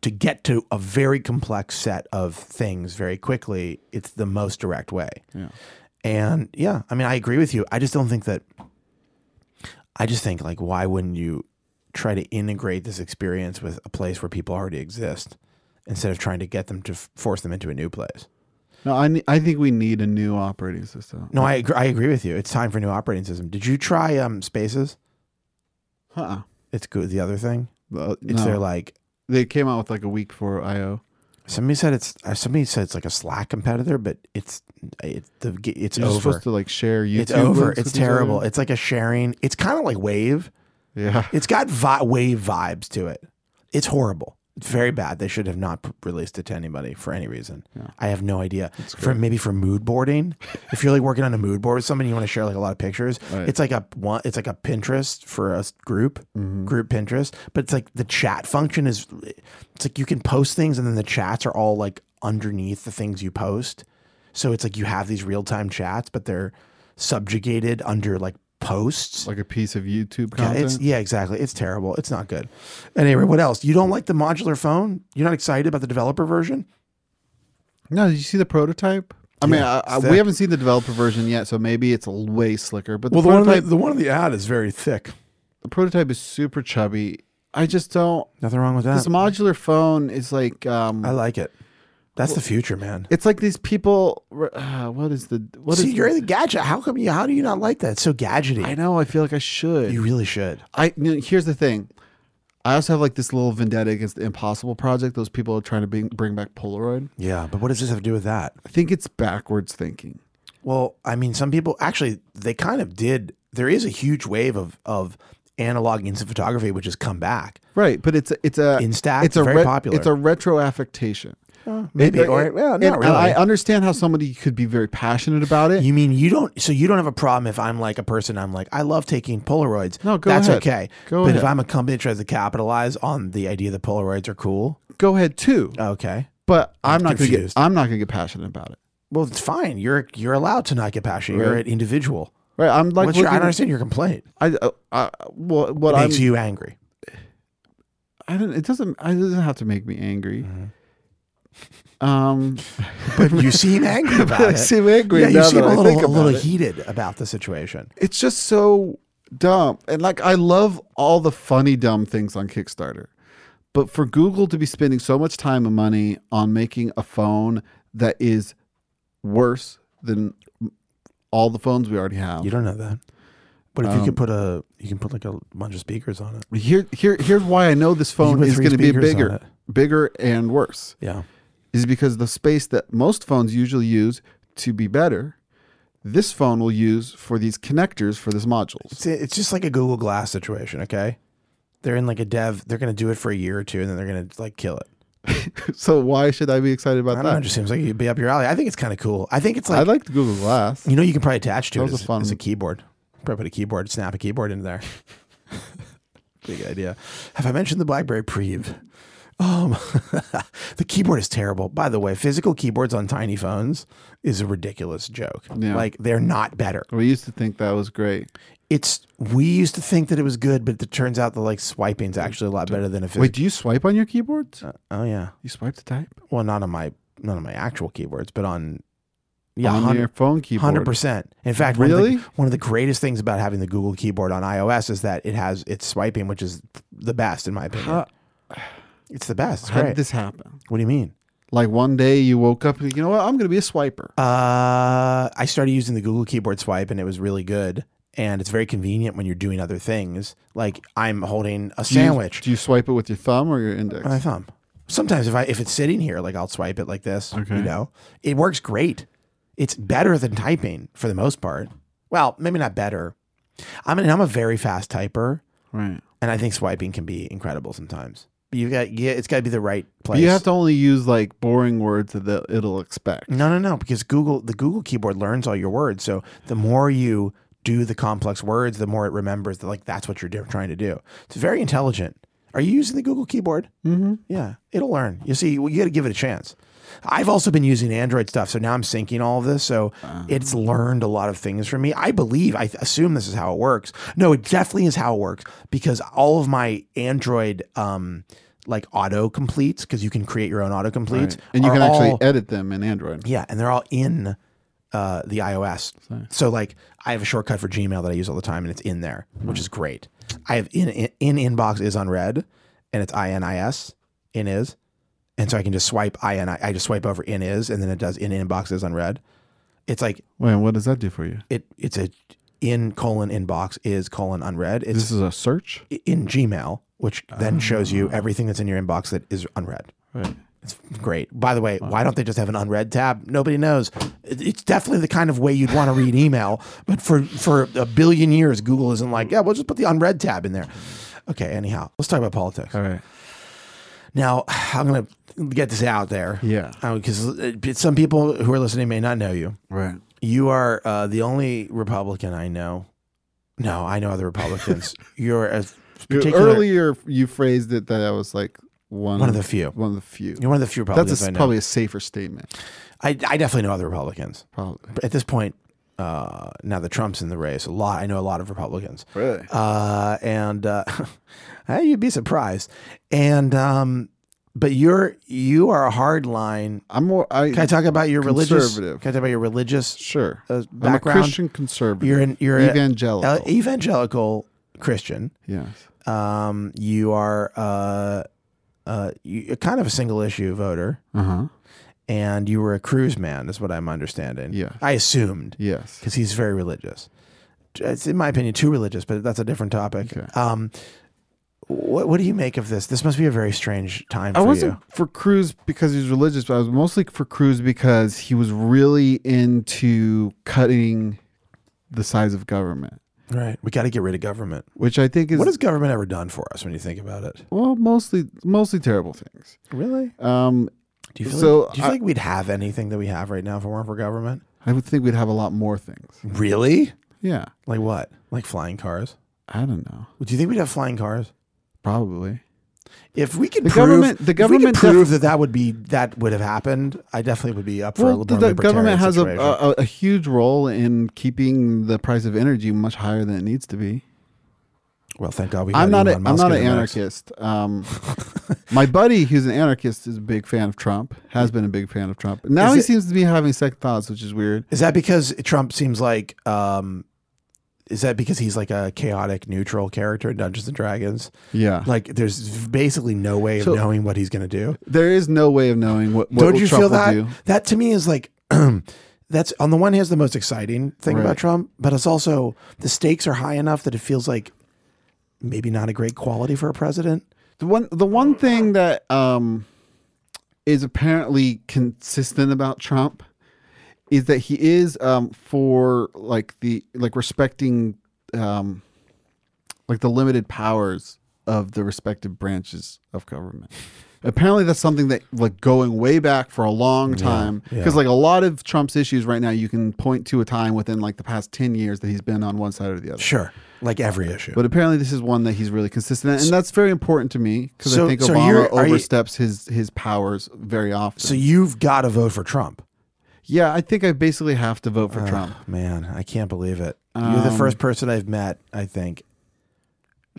S1: to get to a very complex set of things very quickly, it's the most direct way.
S2: Yeah.
S1: And yeah, I mean, I agree with you. I just don't think that. I just think like, why wouldn't you try to integrate this experience with a place where people already exist instead of trying to get them to f- force them into a new place?
S2: No, I ne- I think we need a new operating system.
S1: No, I agree, I agree with you. It's time for a new operating system. Did you try um Spaces?
S2: Huh.
S1: It's good. The other thing,
S2: Well,
S1: it's
S2: no.
S1: their like
S2: they came out with like a week for IO.
S1: somebody said it's uh, somebody said it's like a Slack competitor, but it's it's the g- it's
S2: You're
S1: over.
S2: supposed to like share YouTube.
S1: It's over.
S2: links
S1: It's
S2: with each other.
S1: terrible. It's like a sharing. It's kind of like Wave.
S2: Yeah.
S1: It's got vi- Wave vibes to it. It's horrible. It's very bad. They should have not p- released it to anybody for any reason.
S2: Yeah.
S1: I have no idea. For maybe for mood boarding, if you're like working on a mood board with somebody, you want to share like a lot of pictures.
S2: Right.
S1: It's like a one. It's like a Pinterest for a s- group,
S2: Mm-hmm.
S1: group Pinterest. But it's like the chat function is. It's like you can post things, and then the chats are all like underneath the things you post. So it's like you have these real time chats, but they're subjugated under like posts.
S2: Like a piece of YouTube
S1: Yeah,
S2: content.
S1: it's e-, yeah, exactly. It's terrible. It's not good. Anyway, what else? You don't like the modular phone? You're not excited about the developer version?
S2: No, did you see the prototype? I mean,
S1: Yeah,
S2: I, I,
S1: it's
S2: we
S1: thick.
S2: haven't seen the developer version yet, so maybe it's way slicker. But the,
S1: one
S2: prototype,
S1: the one in the ad is very thick.
S2: the prototype is super chubby. I just don't.
S1: Nothing wrong with that.
S2: This modular phone is like, um,
S1: I like it. That's the future, man.
S2: it's like these people. Uh, what is the what is?
S1: See, you're in the gadget. How come you? How do you not like that? It's so gadgety.
S2: I know. I feel like I should.
S1: You really should.
S2: I you know, here's the thing. I also have like this little vendetta against the Impossible Project. Those people are trying to bring, bring back Polaroid.
S1: Yeah, but what does this have to do with that?
S2: I think it's backwards thinking.
S1: Well, I mean, some people actually they kind of did. There is a huge wave of of analog instant photography which has come back.
S2: Right, but it's a, it's a
S1: Instax,
S2: It's a
S1: very popular. Oh,
S2: It's a retro affectation.
S1: Maybe
S2: It-
S1: or
S2: it-
S1: well,
S2: it-
S1: not
S2: and
S1: really.
S2: I understand how somebody could be very passionate about it.
S1: You mean you don't? So you don't have a problem if I'm like a person. I'm like I love taking Polaroids.
S2: No, go
S1: that's
S2: ahead.
S1: okay.
S2: Go
S1: but if
S2: ahead.
S1: I'm a company that tries to capitalize on the idea that Polaroids are cool,
S2: Go ahead too,
S1: okay.
S2: but I'm not going to get
S1: confused.
S2: I'm not going to get passionate about it.
S1: Well, it's fine. You're you're allowed to not get passionate. You're
S2: Right.
S1: an individual.
S2: Right, I'm like
S1: What's your, I don't
S2: looking-
S1: understand your complaint.
S2: I, uh, I well, what
S1: It
S2: I'm
S1: makes you angry.
S2: I don't it doesn't I- it doesn't have to make me angry.
S1: Mm-hmm.
S2: Um,
S1: But you seem angry about
S2: I
S1: it.
S2: seem angry
S1: Yeah, you
S2: now
S1: seem
S2: that
S1: a
S2: I
S1: little,
S2: think
S1: a little
S2: about it.
S1: heated about the situation.
S2: it's just so dumb. And like I love all the funny dumb things on Kickstarter. But for Google to be spending so much time and money on making a phone that is worse than all the phones we already have.
S1: You don't know that. But if you
S2: Um,
S1: can put a, you can put like a bunch of speakers on it.
S2: Here here here's why I know this phone
S1: put
S2: is
S1: three
S2: going to be
S1: speakers on
S2: bigger
S1: it.
S2: bigger and worse.
S1: Yeah.
S2: Is because the space that most phones usually use to be better, this phone will use for these connectors for this modules.
S1: it's, it's just like a Google Glass situation, okay? They're in like a dev, they're going to do it for a year or two and then they're going to like kill it.
S2: So why should I be excited
S1: I
S2: about
S1: don't know,
S2: that?
S1: it just seems like you'd be up your alley. I think it's kind of cool. I think it's
S2: I
S1: like,
S2: like the Google Glass.
S1: you know, you can probably attach to
S2: That
S1: it
S2: was a
S1: as,
S2: fun-
S1: as a keyboard. Probably put a keyboard, snap a keyboard into there. Big idea. Have I mentioned the BlackBerry Preve? Um, the keyboard is terrible. By the way, physical keyboards on tiny phones is a ridiculous joke.
S2: Yeah.
S1: Like they're not better.
S2: We used to think that was great.
S1: It's we used to think that it was good, but it turns out the like swiping's actually a lot better than a physical.
S2: Wait, do you swipe on your keyboards?
S1: Oh yeah.
S2: Uh, You swipe to type
S1: Well, not on my not on my actual keyboards, but on yeah,
S2: on your phone keyboard.
S1: hundred percent. In fact, one
S2: Really?
S1: of, the, one of the greatest things about having the Google keyboard on iOS is that it has it's swiping, which is the best in my opinion.
S2: How,
S1: It's the best. It's
S2: how
S1: great.
S2: did this happen?
S1: what do you mean?
S2: Like one day you woke up and you know what? I'm going to be a swiper.
S1: Uh, I started using the Google keyboard swipe, and it was really good. And it's very convenient when you're doing other things, like I'm holding a
S2: Do you-
S1: sandwich.
S2: Do you swipe it with your thumb or your index?
S1: my thumb. Sometimes if I if it's sitting here, like I'll swipe it like this.
S2: Okay.
S1: You know, it works great. It's better than typing for the most part. Well, maybe not better. I mean, I'm a very fast typer,
S2: right.
S1: and I think swiping can be incredible sometimes. But you got yeah, it's got to be the right place.
S2: But you have to only use like boring words that it'll expect.
S1: No, no, no, because Google the Google keyboard learns all your words. So the more you do the complex words, the more it remembers that like that's what you're do- trying to do. It's very intelligent. Are you using the Google keyboard? Mm-hmm. Yeah, it'll learn. You see, well, you got to give it a chance. I've also been using Android stuff, so now I'm syncing all of this. So
S2: Uh-huh.
S1: it's learned a lot of things from me. I believe, I th- assume this is how it works. No, it definitely is how it works because all of my Android um, like auto completes, because you can create your own auto completes,
S2: Right. And you can actually
S1: all,
S2: edit them in Android.
S1: yeah, and they're all in uh, the iOS. So like, I have a shortcut for Gmail that I use all the time, and it's in there, which is great. I have in in, in inbox is on red, and it's I N I S in is, and so I can just swipe I and I, I just swipe over in is, and then it does in inbox is unread. It's like
S2: Wait, what does that do for you?
S1: it it's a in colon inbox is colon unread. It's
S2: This is a search.
S1: in Gmail, which then shows you everything that's in your inbox that is unread.
S2: Right.
S1: It's great. By the way, why don't they just have an unread tab? Nobody knows. It- It's definitely the kind of way you'd want to read email, but for for a billion years, Google isn't like, yeah, we'll just put the unread tab in there. Okay. Anyhow, let's talk about politics.
S2: All right.
S1: Now, I'm going to get this out there.
S2: Yeah.
S1: Because some people who are listening may not know you.
S2: Right.
S1: You are uh, the only Republican I know. No, I know other Republicans. You're a particular,
S2: Earlier, you phrased it that I was like one,
S1: one of the few.
S2: one of the few.
S1: You're one of the few
S2: That's a
S1: Republicans
S2: s-
S1: I know.
S2: probably a safer statement.
S1: I, I definitely know other Republicans.
S2: Probably.
S1: But at this point, uh, now that Trump's in the race, a lot I know a lot of Republicans.
S2: Really?
S1: Uh, and uh, eh, you'd be surprised. And um, but you're you are a hard line.
S2: I'm more. I
S1: Can I talk about your religious? Can I
S2: Conservative.
S1: talk about your religious
S2: sure.
S1: uh,
S2: I'm a
S1: background?
S2: Christian conservative.
S1: You're an you're a-
S2: evangelical.
S1: a evangelical Christian.
S2: yes.
S1: Um, you are uh, uh, you, kind of a single issue voter,
S2: Uh huh.
S1: and you were a cruise man, is what I'm understanding.
S2: Yeah.
S1: I assumed
S2: Yes.
S1: because he's very religious. It's in my opinion too religious, but that's a different topic.
S2: Okay.
S1: Um, what what do you make of this? This must be a very strange time
S2: I
S1: for
S2: wasn't
S1: you.
S2: for Cruz because he's religious, but I was mostly for Cruz because he was really into cutting the size of government,
S1: Right, we got to get rid of government.
S2: which I think is,
S1: What has government ever done for us when you think about it?
S2: well, mostly mostly terrible things.
S1: Really?
S2: Um,
S1: Do you feel,
S2: So,
S1: like, do you feel
S2: I-
S1: like we'd have anything that we have right now if it weren't for government?
S2: I would think we'd have a lot more things.
S1: Really?
S2: Yeah.
S1: Like what? Like flying cars?
S2: I don't know.
S1: Do you think we'd have flying cars?
S2: Probably.
S1: If we could
S2: The
S1: prove
S2: government- the
S1: if we could
S2: government
S1: prove
S2: def-
S1: that that would be that would have happened, I definitely would be up for a
S2: Well,
S1: liberal
S2: the
S1: libertarian
S2: government has a, uh,
S1: situation.
S2: a a huge role in keeping the price of energy much higher than it needs to be.
S1: well, thank God we.
S2: I'm
S1: got
S2: not a,
S1: Elon
S2: I'm
S1: Musk
S2: not
S1: in
S2: an
S1: the mix.
S2: anarchist. Um, my buddy, who's an anarchist, is a big fan of Trump. Has been a big fan of Trump. Now
S1: Is
S2: he
S1: it-
S2: seems to be having second thoughts, which is weird.
S1: Is that because Trump seems like um is that because he's like a chaotic neutral character in Dungeons and Dragons?
S2: Yeah,
S1: Like there's basically no way of
S2: So-
S1: knowing what he's going to do.
S2: there is no way of knowing what. what
S1: Don't you
S2: Trump
S1: feel
S2: will
S1: that?
S2: do.
S1: That to me is like that's on the one hand is the most exciting thing about
S2: Right.
S1: Trump, but it's also the stakes are high enough that it feels like maybe not a great quality for a president.
S2: The one the one
S1: Oh,
S2: thing that um, is apparently consistent about Trump is that he is um, for like the like respecting um, like the limited powers of the respective branches of government. Apparently, that's something that like going way back for a long time
S1: yeah.
S2: because like a lot of Trump's issues right now, you can point to a time within like the past ten years that he's been on one side or the other.
S1: Sure. Like every issue.
S2: But apparently, this is one that he's really consistent, in, and that's very important to me because
S1: So-
S2: I think
S1: so you're-
S2: Obama
S1: are you-
S2: oversteps his his powers very often.
S1: so you've got to vote for Trump.
S2: yeah, I think I basically have to vote for
S1: Uh,
S2: Trump.
S1: Man, I can't believe it. You're the
S2: Um,
S1: first person I've met, I think,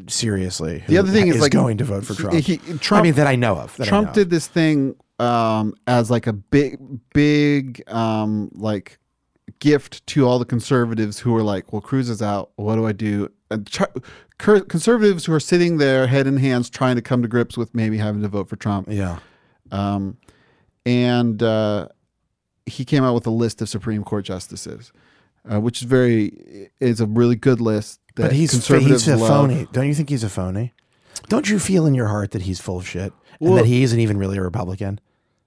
S1: seriously.
S2: The
S1: who
S2: other thing is,
S1: is
S2: like,
S1: going to vote for Trump.
S2: He- Trump,
S1: I mean, that I know of. that I know
S2: Trump
S1: of.
S2: did this thing um, as like a big big um, like gift to all the conservatives who were like, "Well, Cruz is out. What do I do?" And tr- cur- conservatives who are sitting there, head in hands, trying to come to grips with maybe having to vote for Trump.
S1: Yeah.
S2: um, and uh, he came out with a list of Supreme Court justices, uh, which is very is a really good list. That
S1: But he's,
S2: conservatives
S1: he's a
S2: love.
S1: phony. Don't you think he's a phony? Don't you feel in your heart that he's full of shit and
S2: Well-
S1: that he isn't even really a Republican?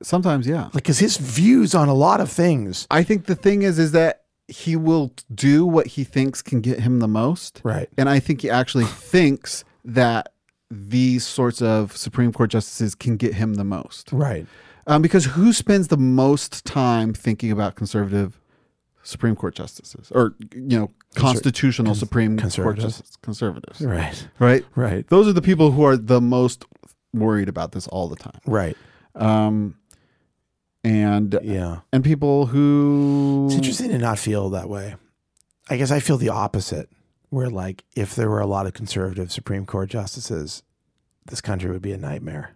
S2: Sometimes, yeah.
S1: Like, because his views on a lot of things.
S2: I think the thing is, is that he will do what he thinks can get him the most,
S1: Right.
S2: and I think he actually thinks that these sorts of Supreme Court justices can get him the most.
S1: Right.
S2: Um, because who spends the most time thinking about conservative Supreme Court justices or you know constitutional Supreme Court
S1: conservatives.
S2: justices, conservatives,
S1: Right.
S2: right?
S1: Right.
S2: Those are the people who are the most worried about this all the time,
S1: Right.
S2: um, and
S1: Yeah.
S2: and people who
S1: It's interesting to not feel that way. I guess I feel the opposite, where like if there were a lot of conservative Supreme Court justices, this country would be a nightmare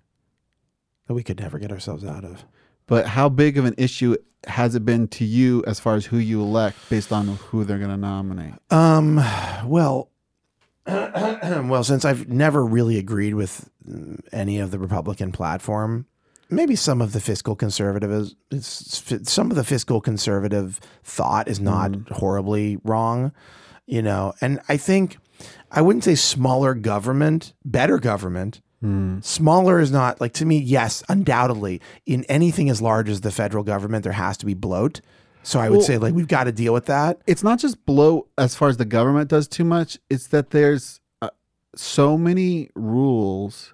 S1: that we could never get ourselves out of.
S2: but how big of an issue has it been to you as far as who you elect based on who they're going to nominate?
S1: Um, well, well, since I've never really agreed with mm, any of the Republican platform, maybe some of the fiscal conservative is, is some of the fiscal conservative thought is not horribly wrong, you know. And I think I wouldn't say smaller government, better government. Smaller is not like to me. Yes, undoubtedly, in anything as large as the federal government, there has to be bloat. So I would say like we've got to deal with that.
S2: it's not just blow as far as the government does too much it's that there's uh, so many rules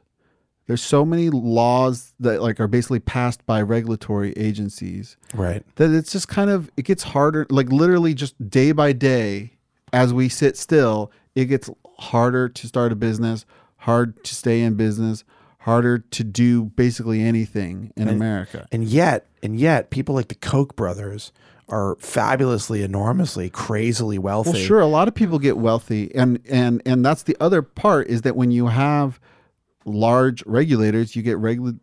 S2: there's so many laws that like are basically passed by regulatory agencies
S1: Right.
S2: that it's just kind of it gets harder like literally just day by day as we sit still it gets harder to start a business hard to stay in business harder to do basically anything in america
S1: And yet, and yet, people like the Koch brothers are fabulously, enormously, crazily wealthy.
S2: Well, sure, a lot of people get wealthy, and and and that's the other part is that when you have large regulators, you get regula-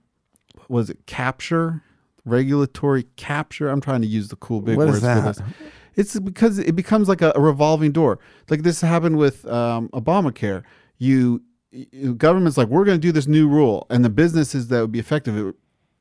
S2: was it capture, regulatory capture. I'm trying to use the cool big
S1: What is
S2: words
S1: that?
S2: for this. It's because it becomes like a, a revolving door. Like this happened with um, Obamacare. You, you government's like, we're going to do this new rule, and the businesses that would be effective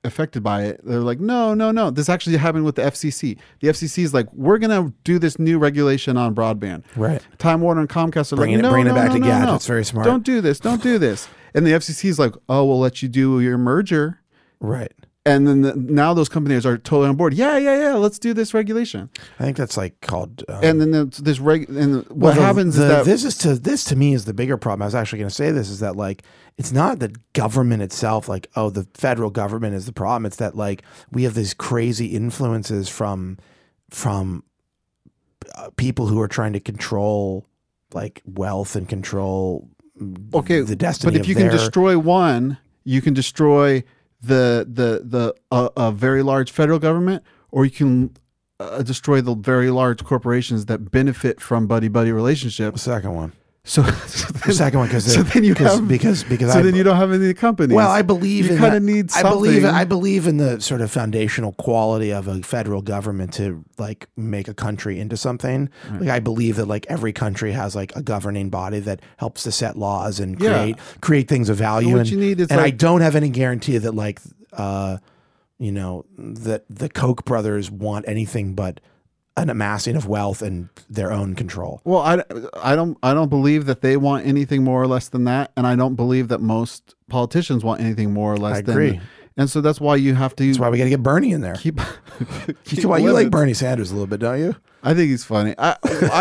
S2: affected by it, they're like, no, no, no. This actually happened with the FCC. The FCC is like, we're going to do this new regulation on broadband.
S1: Right.
S2: Time Warner and Comcast are
S1: Bringing it-
S2: like, no,
S1: bringing it
S2: no,
S1: back
S2: no,
S1: to
S2: no,
S1: Gad.
S2: no.
S1: That's very smart.
S2: Don't do this. Don't do this. And the FCC is like, oh, we'll let you do your merger.
S1: Right.
S2: And then the, now those companies are totally on board. Yeah, yeah, yeah. Let's do this regulation.
S1: I think that's like called. Um,
S2: And then the, this reg. And what
S1: the-
S2: happens
S1: the-
S2: is that
S1: this is to this to me is the bigger problem. I was actually going to say this is that like it's not that government itself, like oh, the federal government is the problem. It's that like we have these crazy influences from from uh, people who are trying to control like wealth and control
S2: okay
S1: the destiny.
S2: but if
S1: of
S2: you
S1: their,
S2: can destroy one you can destroy the the the a, a very large federal government or you can uh, destroy the very large corporations that benefit from buddy buddy relationships
S1: second one.
S2: so, so
S1: The
S2: then,
S1: second one because
S2: so then you have
S1: because because
S2: so
S1: I,
S2: then you don't have any companies
S1: well I believe
S2: you
S1: in
S2: kinda
S1: that-
S2: need
S1: I believe
S2: something.
S1: I believe in the sort of foundational quality of a federal government to like make a country into something. Like I believe that like every country has like a governing body that helps to set laws and
S2: Yeah.
S1: create create things of value.
S2: what
S1: and
S2: you need is,
S1: and I
S2: like-
S1: don't have any guarantee that like uh you know that the Koch brothers want anything but an amassing of wealth and their own control.
S2: well I, I don't i don't believe that they want anything more or less than that and i don't believe that most politicians want anything more or less
S1: I
S2: than
S1: agree.
S2: and so that's why you have to
S1: That's why we got to get Bernie in there.
S2: keep, keep
S1: Well, you like
S2: limits.
S1: Bernie Sanders a little bit, don't you?
S2: I think he's funny. I,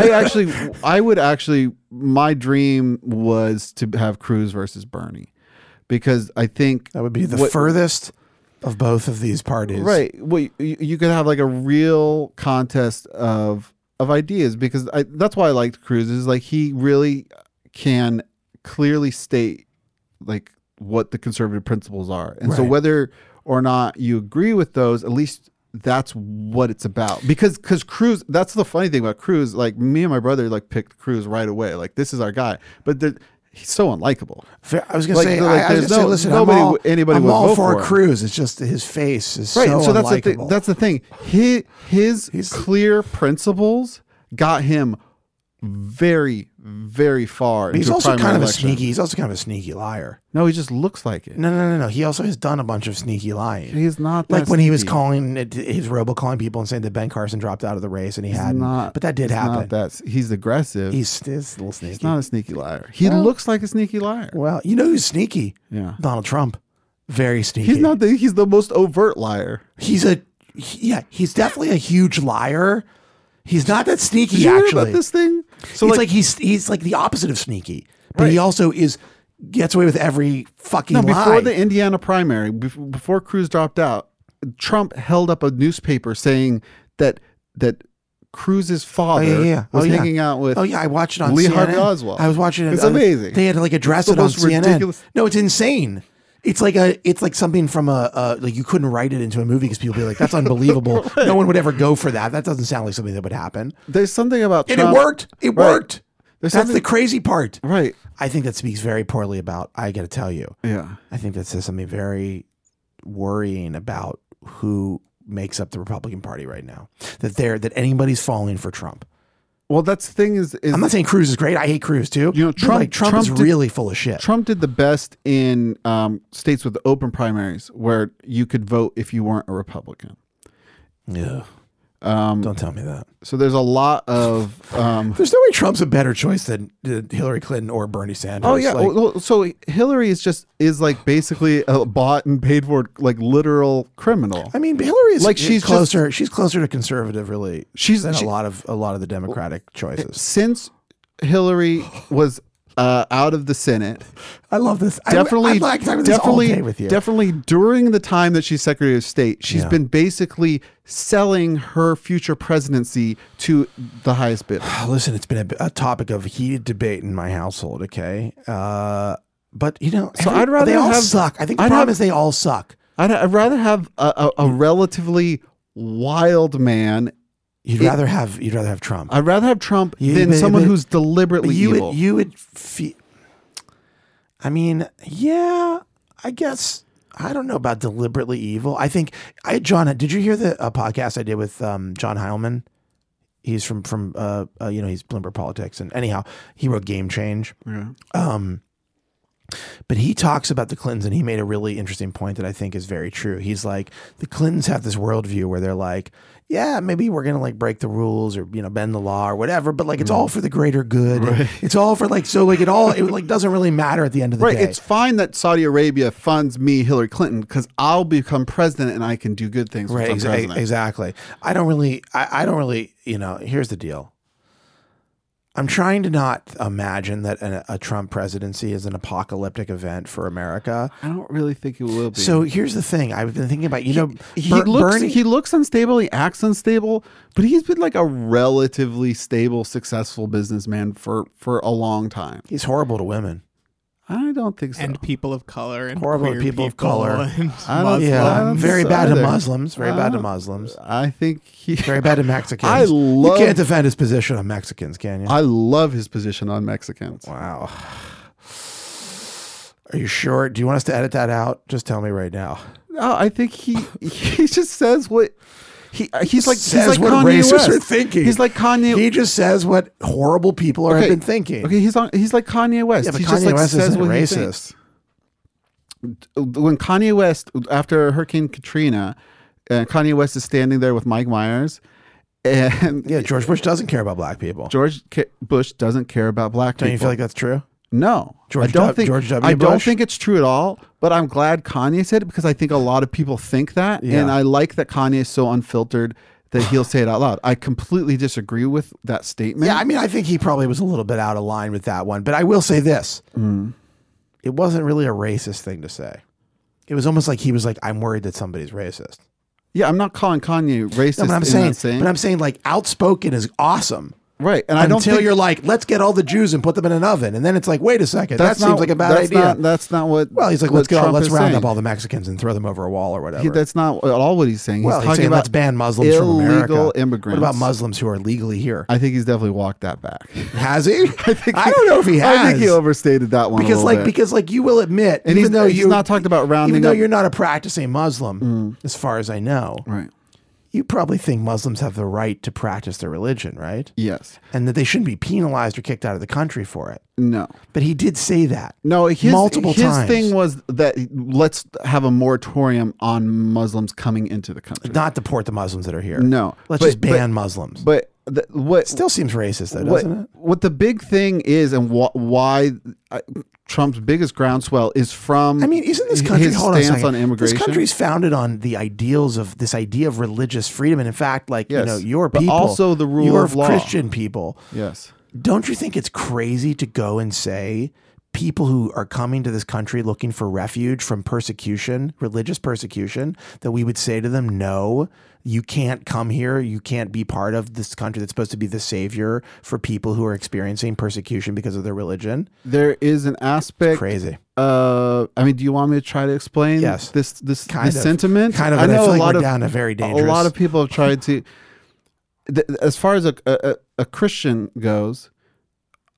S2: I actually, I would actually, my dream was to have Cruz versus Bernie, because I think
S1: That would be the
S2: what-
S1: furthest of both of these parties.
S2: right. Well, you, you could have like a real contest of of ideas because I, that's why I liked Cruz is like he really can clearly state like what the conservative principles are, and so
S1: Right.
S2: whether or not you agree with those, at least that's what it's about because because Cruz that's the funny thing about Cruz like me and my brother like picked Cruz right away like this is our guy but there- he's so unlikable
S1: Fair- I was going
S2: Like,
S1: to say,
S2: the-
S1: I,
S2: like,
S1: I was
S2: there's
S1: gonna say,
S2: no-
S1: listen,
S2: nobody
S1: I'm all,
S2: would- anybody
S1: I'm
S2: would
S1: all
S2: vote
S1: for,
S2: for him.
S1: Cruz. It's just his face is
S2: right
S1: so
S2: and so that's the thing
S1: unlikable.
S2: that's the thing his, his clear principles got him very very far
S1: he's
S2: into
S1: also
S2: primary
S1: kind of
S2: election.
S1: a sneaky. He's also kind of a sneaky liar.
S2: no he just looks like it
S1: No, no, no, no. He also has done a bunch of sneaky lying.
S2: he's not that
S1: like when he was
S2: sneaky.
S1: calling it, his robocalling people and saying that Ben Carson dropped out of the race and he
S2: He's
S1: hadn't.
S2: not
S1: but that did
S2: he's
S1: happen.
S2: not that he's aggressive he's,
S1: he's, he's a little sneaky.
S2: not a sneaky liar he looks like a sneaky liar
S1: well, you know who's sneaky?
S2: Yeah.
S1: Donald Trump. Very sneaky.
S2: he's not the he's the most overt liar
S1: He's a he- yeah. He's definitely a huge liar. He's not that sneaky.
S2: Did you hear
S1: actually,
S2: about this thing so
S1: it's
S2: like,
S1: like, he's he's like the opposite of sneaky, but he also is gets away with every fucking
S2: No,
S1: lie.
S2: before the Indiana primary, bef- before Cruz dropped out, Trump held up a newspaper saying that that Cruz's father
S1: yeah, yeah.
S2: was
S1: Oh, yeah.
S2: hanging out with.
S1: Oh yeah, I watched it on
S2: Lee
S1: CNN.
S2: Harvey Oswald.
S1: I was watching it.
S2: It's
S1: on-
S2: amazing.
S1: They had to like address
S2: the
S1: it on
S2: most
S1: CNN.
S2: ridiculous-
S1: No, it's insane. It's like a, it's like something from a, a like you couldn't write it into a movie because people would be like, that's unbelievable. No one would ever go for that. That doesn't sound like something that would happen.
S2: There's something about
S1: And
S2: Trump.
S1: it worked. It
S2: Right.
S1: worked.
S2: There's
S1: that's the
S2: something-
S1: crazy part.
S2: Right.
S1: I think that speaks very poorly about. I got to tell you,
S2: Yeah.
S1: I think that says something very worrying about who makes up the Republican Party right now. That they're that anybody's falling for Trump.
S2: Well, that's the thing is, is
S1: I'm not saying Cruz is great. I hate Cruz too.
S2: You know,
S1: But,
S2: Trump-
S1: like, Trump,
S2: Trump
S1: is
S2: did-
S1: really full of shit.
S2: Trump did the best in um, states with open primaries where you could vote if you weren't a Republican.
S1: Yeah.
S2: Um,
S1: Don't tell me that.
S2: so there's a lot of. Um,
S1: There's no way Trump's a better choice than uh, Hillary Clinton or Bernie Sanders.
S2: oh yeah,
S1: Like,
S2: well, so Hillary is just is like basically a bought and paid for like literal criminal.
S1: I mean, Hillary is
S2: Like, she's just-
S1: closer. she's closer to conservative, really.
S2: She's-
S1: than
S2: she-
S1: a lot of a lot of the Democratic choices.
S2: Since Hillary was uh, out of the Senate,
S1: I love this. I-
S2: definitely,
S1: I'd like to talk about this all
S2: definitely,
S1: day with you.
S2: definitely during the time that she's Secretary of State, she's
S1: Yeah.
S2: been basically selling her future presidency to the highest bidder.
S1: Oh, listen, it's been a, a topic of heated debate in my household. Okay, uh, but you know,
S2: So I'd rather
S1: they all
S2: have-
S1: suck. I think the
S2: I'd
S1: problem
S2: have-
S1: is they all suck.
S2: I'd, I'd rather have a, a, a relatively wild man.
S1: You'd
S2: It-
S1: rather have you'd rather have Trump.
S2: I'd rather have Trump
S1: You-
S2: than
S1: but-
S2: someone
S1: but-
S2: who's deliberately
S1: you
S2: evil.
S1: would you would feel. I mean, yeah, I guess I don't know about deliberately evil. I think I John, did you hear the uh, podcast I did with um, John Heilman? He's from from uh, uh you know he's Bloomberg Politics and anyhow he wrote Game Change.
S2: Yeah.
S1: Um, but he talks about the Clintons and he made a really interesting point that I think is very true. He's like, the Clintons have this worldview where they're like, yeah, maybe we're going to like break the rules or, you know, bend the law or whatever, but like it's
S2: Mm.
S1: all for the greater good. It's all for like, so like it all, it like doesn't really matter at the end of the
S2: Right.
S1: day.
S2: It's fine that Saudi Arabia funds me, Hillary Clinton, because I'll become president and I can do good things.
S1: right.
S2: Right.
S1: exa- exactly. I don't really, I, I don't really, you know, here's the deal. I'm trying to not imagine that an, a Trump presidency is an apocalyptic event for America.
S2: I don't really think it will be.
S1: So here's the thing I've been thinking about. You know,
S2: he
S1: Ber-
S2: looks
S1: Bernie,
S2: he looks unstable. He acts unstable, but he's been like a relatively stable, successful businessman for for a long time.
S1: he's horrible to women.
S2: I don't think so.
S3: and people of color and
S1: Horrible
S3: queer
S1: people of color.
S3: and
S2: I don't-
S3: Muslims.
S1: Yeah,
S2: Muslims
S1: very bad to
S2: either.
S1: Muslims. Very bad to
S2: Uh,
S1: Muslims.
S2: I think he.
S1: Very bad to Mexicans.
S2: I love-
S1: You can't defend his position on Mexicans, can you?
S2: I love his position on Mexicans.
S1: wow. Are you sure? Do you want us to edit that out? Just tell me right now.
S2: No, I think he he just says what he
S1: uh,
S2: he's like
S1: Says
S2: he's like
S1: what
S2: Kanye
S1: racists
S2: West.
S1: are thinking.
S2: He's like Kanye.
S1: He just says what horrible people are, have been thinking.
S2: Okay, he's on. He's like Kanye West.
S1: Yeah, but
S2: he
S1: Kanye
S2: just like
S1: West
S2: says
S1: isn't
S2: what he
S1: racist.
S2: thinks. When Kanye West, after Hurricane Katrina, uh, Kanye West is standing there with Mike Myers, and
S1: Yeah, George Bush doesn't care about black people.
S2: George K- Bush doesn't care about black
S1: Don't you
S2: people.
S1: feel like that's true?
S2: no,
S1: George
S2: I don't
S1: W-
S2: think
S1: George W.
S2: I don't
S1: Bush?
S2: think it's true at all. But I'm glad Kanye said it because I think a lot of people think that,
S1: Yeah.
S2: and I like that Kanye is so unfiltered that he'll say it out loud. I completely disagree with that statement.
S1: Yeah, I mean, I think he probably was a little bit out of line with that one. But I will say this it wasn't really a racist thing to say. It was almost like he was like, I'm worried that somebody's racist.
S2: yeah, I'm not calling Kanye racist.
S1: No, but I'm
S2: in
S1: saying,
S2: that saying,
S1: but I'm saying, like, outspoken is awesome.
S2: right, and I
S1: Until
S2: don't think
S1: you're like, let's get all the Jews and put them in an oven, and then it's like, wait a second, that
S2: That's
S1: seems
S2: not-
S1: like a bad
S2: that's
S1: idea.
S2: Not, that's not what.
S1: well, he's like,
S2: what
S1: let's go,
S2: Trump
S1: let's
S2: is
S1: round
S2: saying.
S1: up all the Mexicans and throw them over a wall or whatever.
S2: He- that's not at all what he's saying.
S1: well,
S2: he's
S1: he's
S2: talking
S1: saying
S2: about
S1: let's ban Muslims from America.
S2: illegal immigrants.
S1: What about Muslims who are legally here?
S2: I think he's definitely walked that back.
S1: Has he? I, don't know if he has.
S2: I think he overstated that one. a
S1: because
S2: little
S1: like
S2: bit.
S1: because like you will admit
S2: And
S1: even
S2: he's-
S1: though
S2: he's
S1: you
S2: not talking about rounding
S1: even though
S2: up- Mm.
S1: you're not a practicing muslim as far as i know
S2: right.
S1: you probably think muslims have the right to practice their religion right
S2: Yes.
S1: and that they shouldn't be penalized or kicked out of the country for it
S2: No.
S1: but he did say that
S2: No. His,
S1: Multiple
S2: his
S1: times.
S2: thing was that let's have a moratorium on Muslims coming into the country.
S1: not deport the muslims that are here
S2: No,
S1: let's
S2: but-
S1: just
S2: but-
S1: ban muslims
S2: But the, what
S1: still seems racist though
S2: what,
S1: doesn't it
S2: what the big thing is and wh- why uh, Trump's biggest groundswell is from
S1: I mean, isn't this country
S2: his
S1: hold on a
S2: stance
S1: second.
S2: on immigration?
S1: This country's founded on the ideals of this idea of religious freedom, and in fact, like you
S2: Yes.
S1: know, your
S2: But
S1: people,
S2: also the rule
S1: your
S2: of law.
S1: Christian people,
S2: yes.
S1: Don't you think it's crazy to go and say people who are coming to this country looking for refuge from persecution, religious persecution, that we would say to them, no, you can't come here. You can't be part of this country that's supposed to be the savior for people who are experiencing persecution because of their religion?
S2: there is an aspect.
S1: Crazy.
S2: Uh, I mean, do you want me to try to explain
S1: Yes.
S2: this this,
S1: Kind
S2: this
S1: of.
S2: sentiment?
S1: Kind of,
S2: I
S1: but I
S2: know
S1: feel
S2: a
S1: like
S2: lot
S1: we're
S2: of
S1: down a very
S2: a lot
S1: dangerous-
S2: of people have tried to. th- as far as a, a a Christian goes,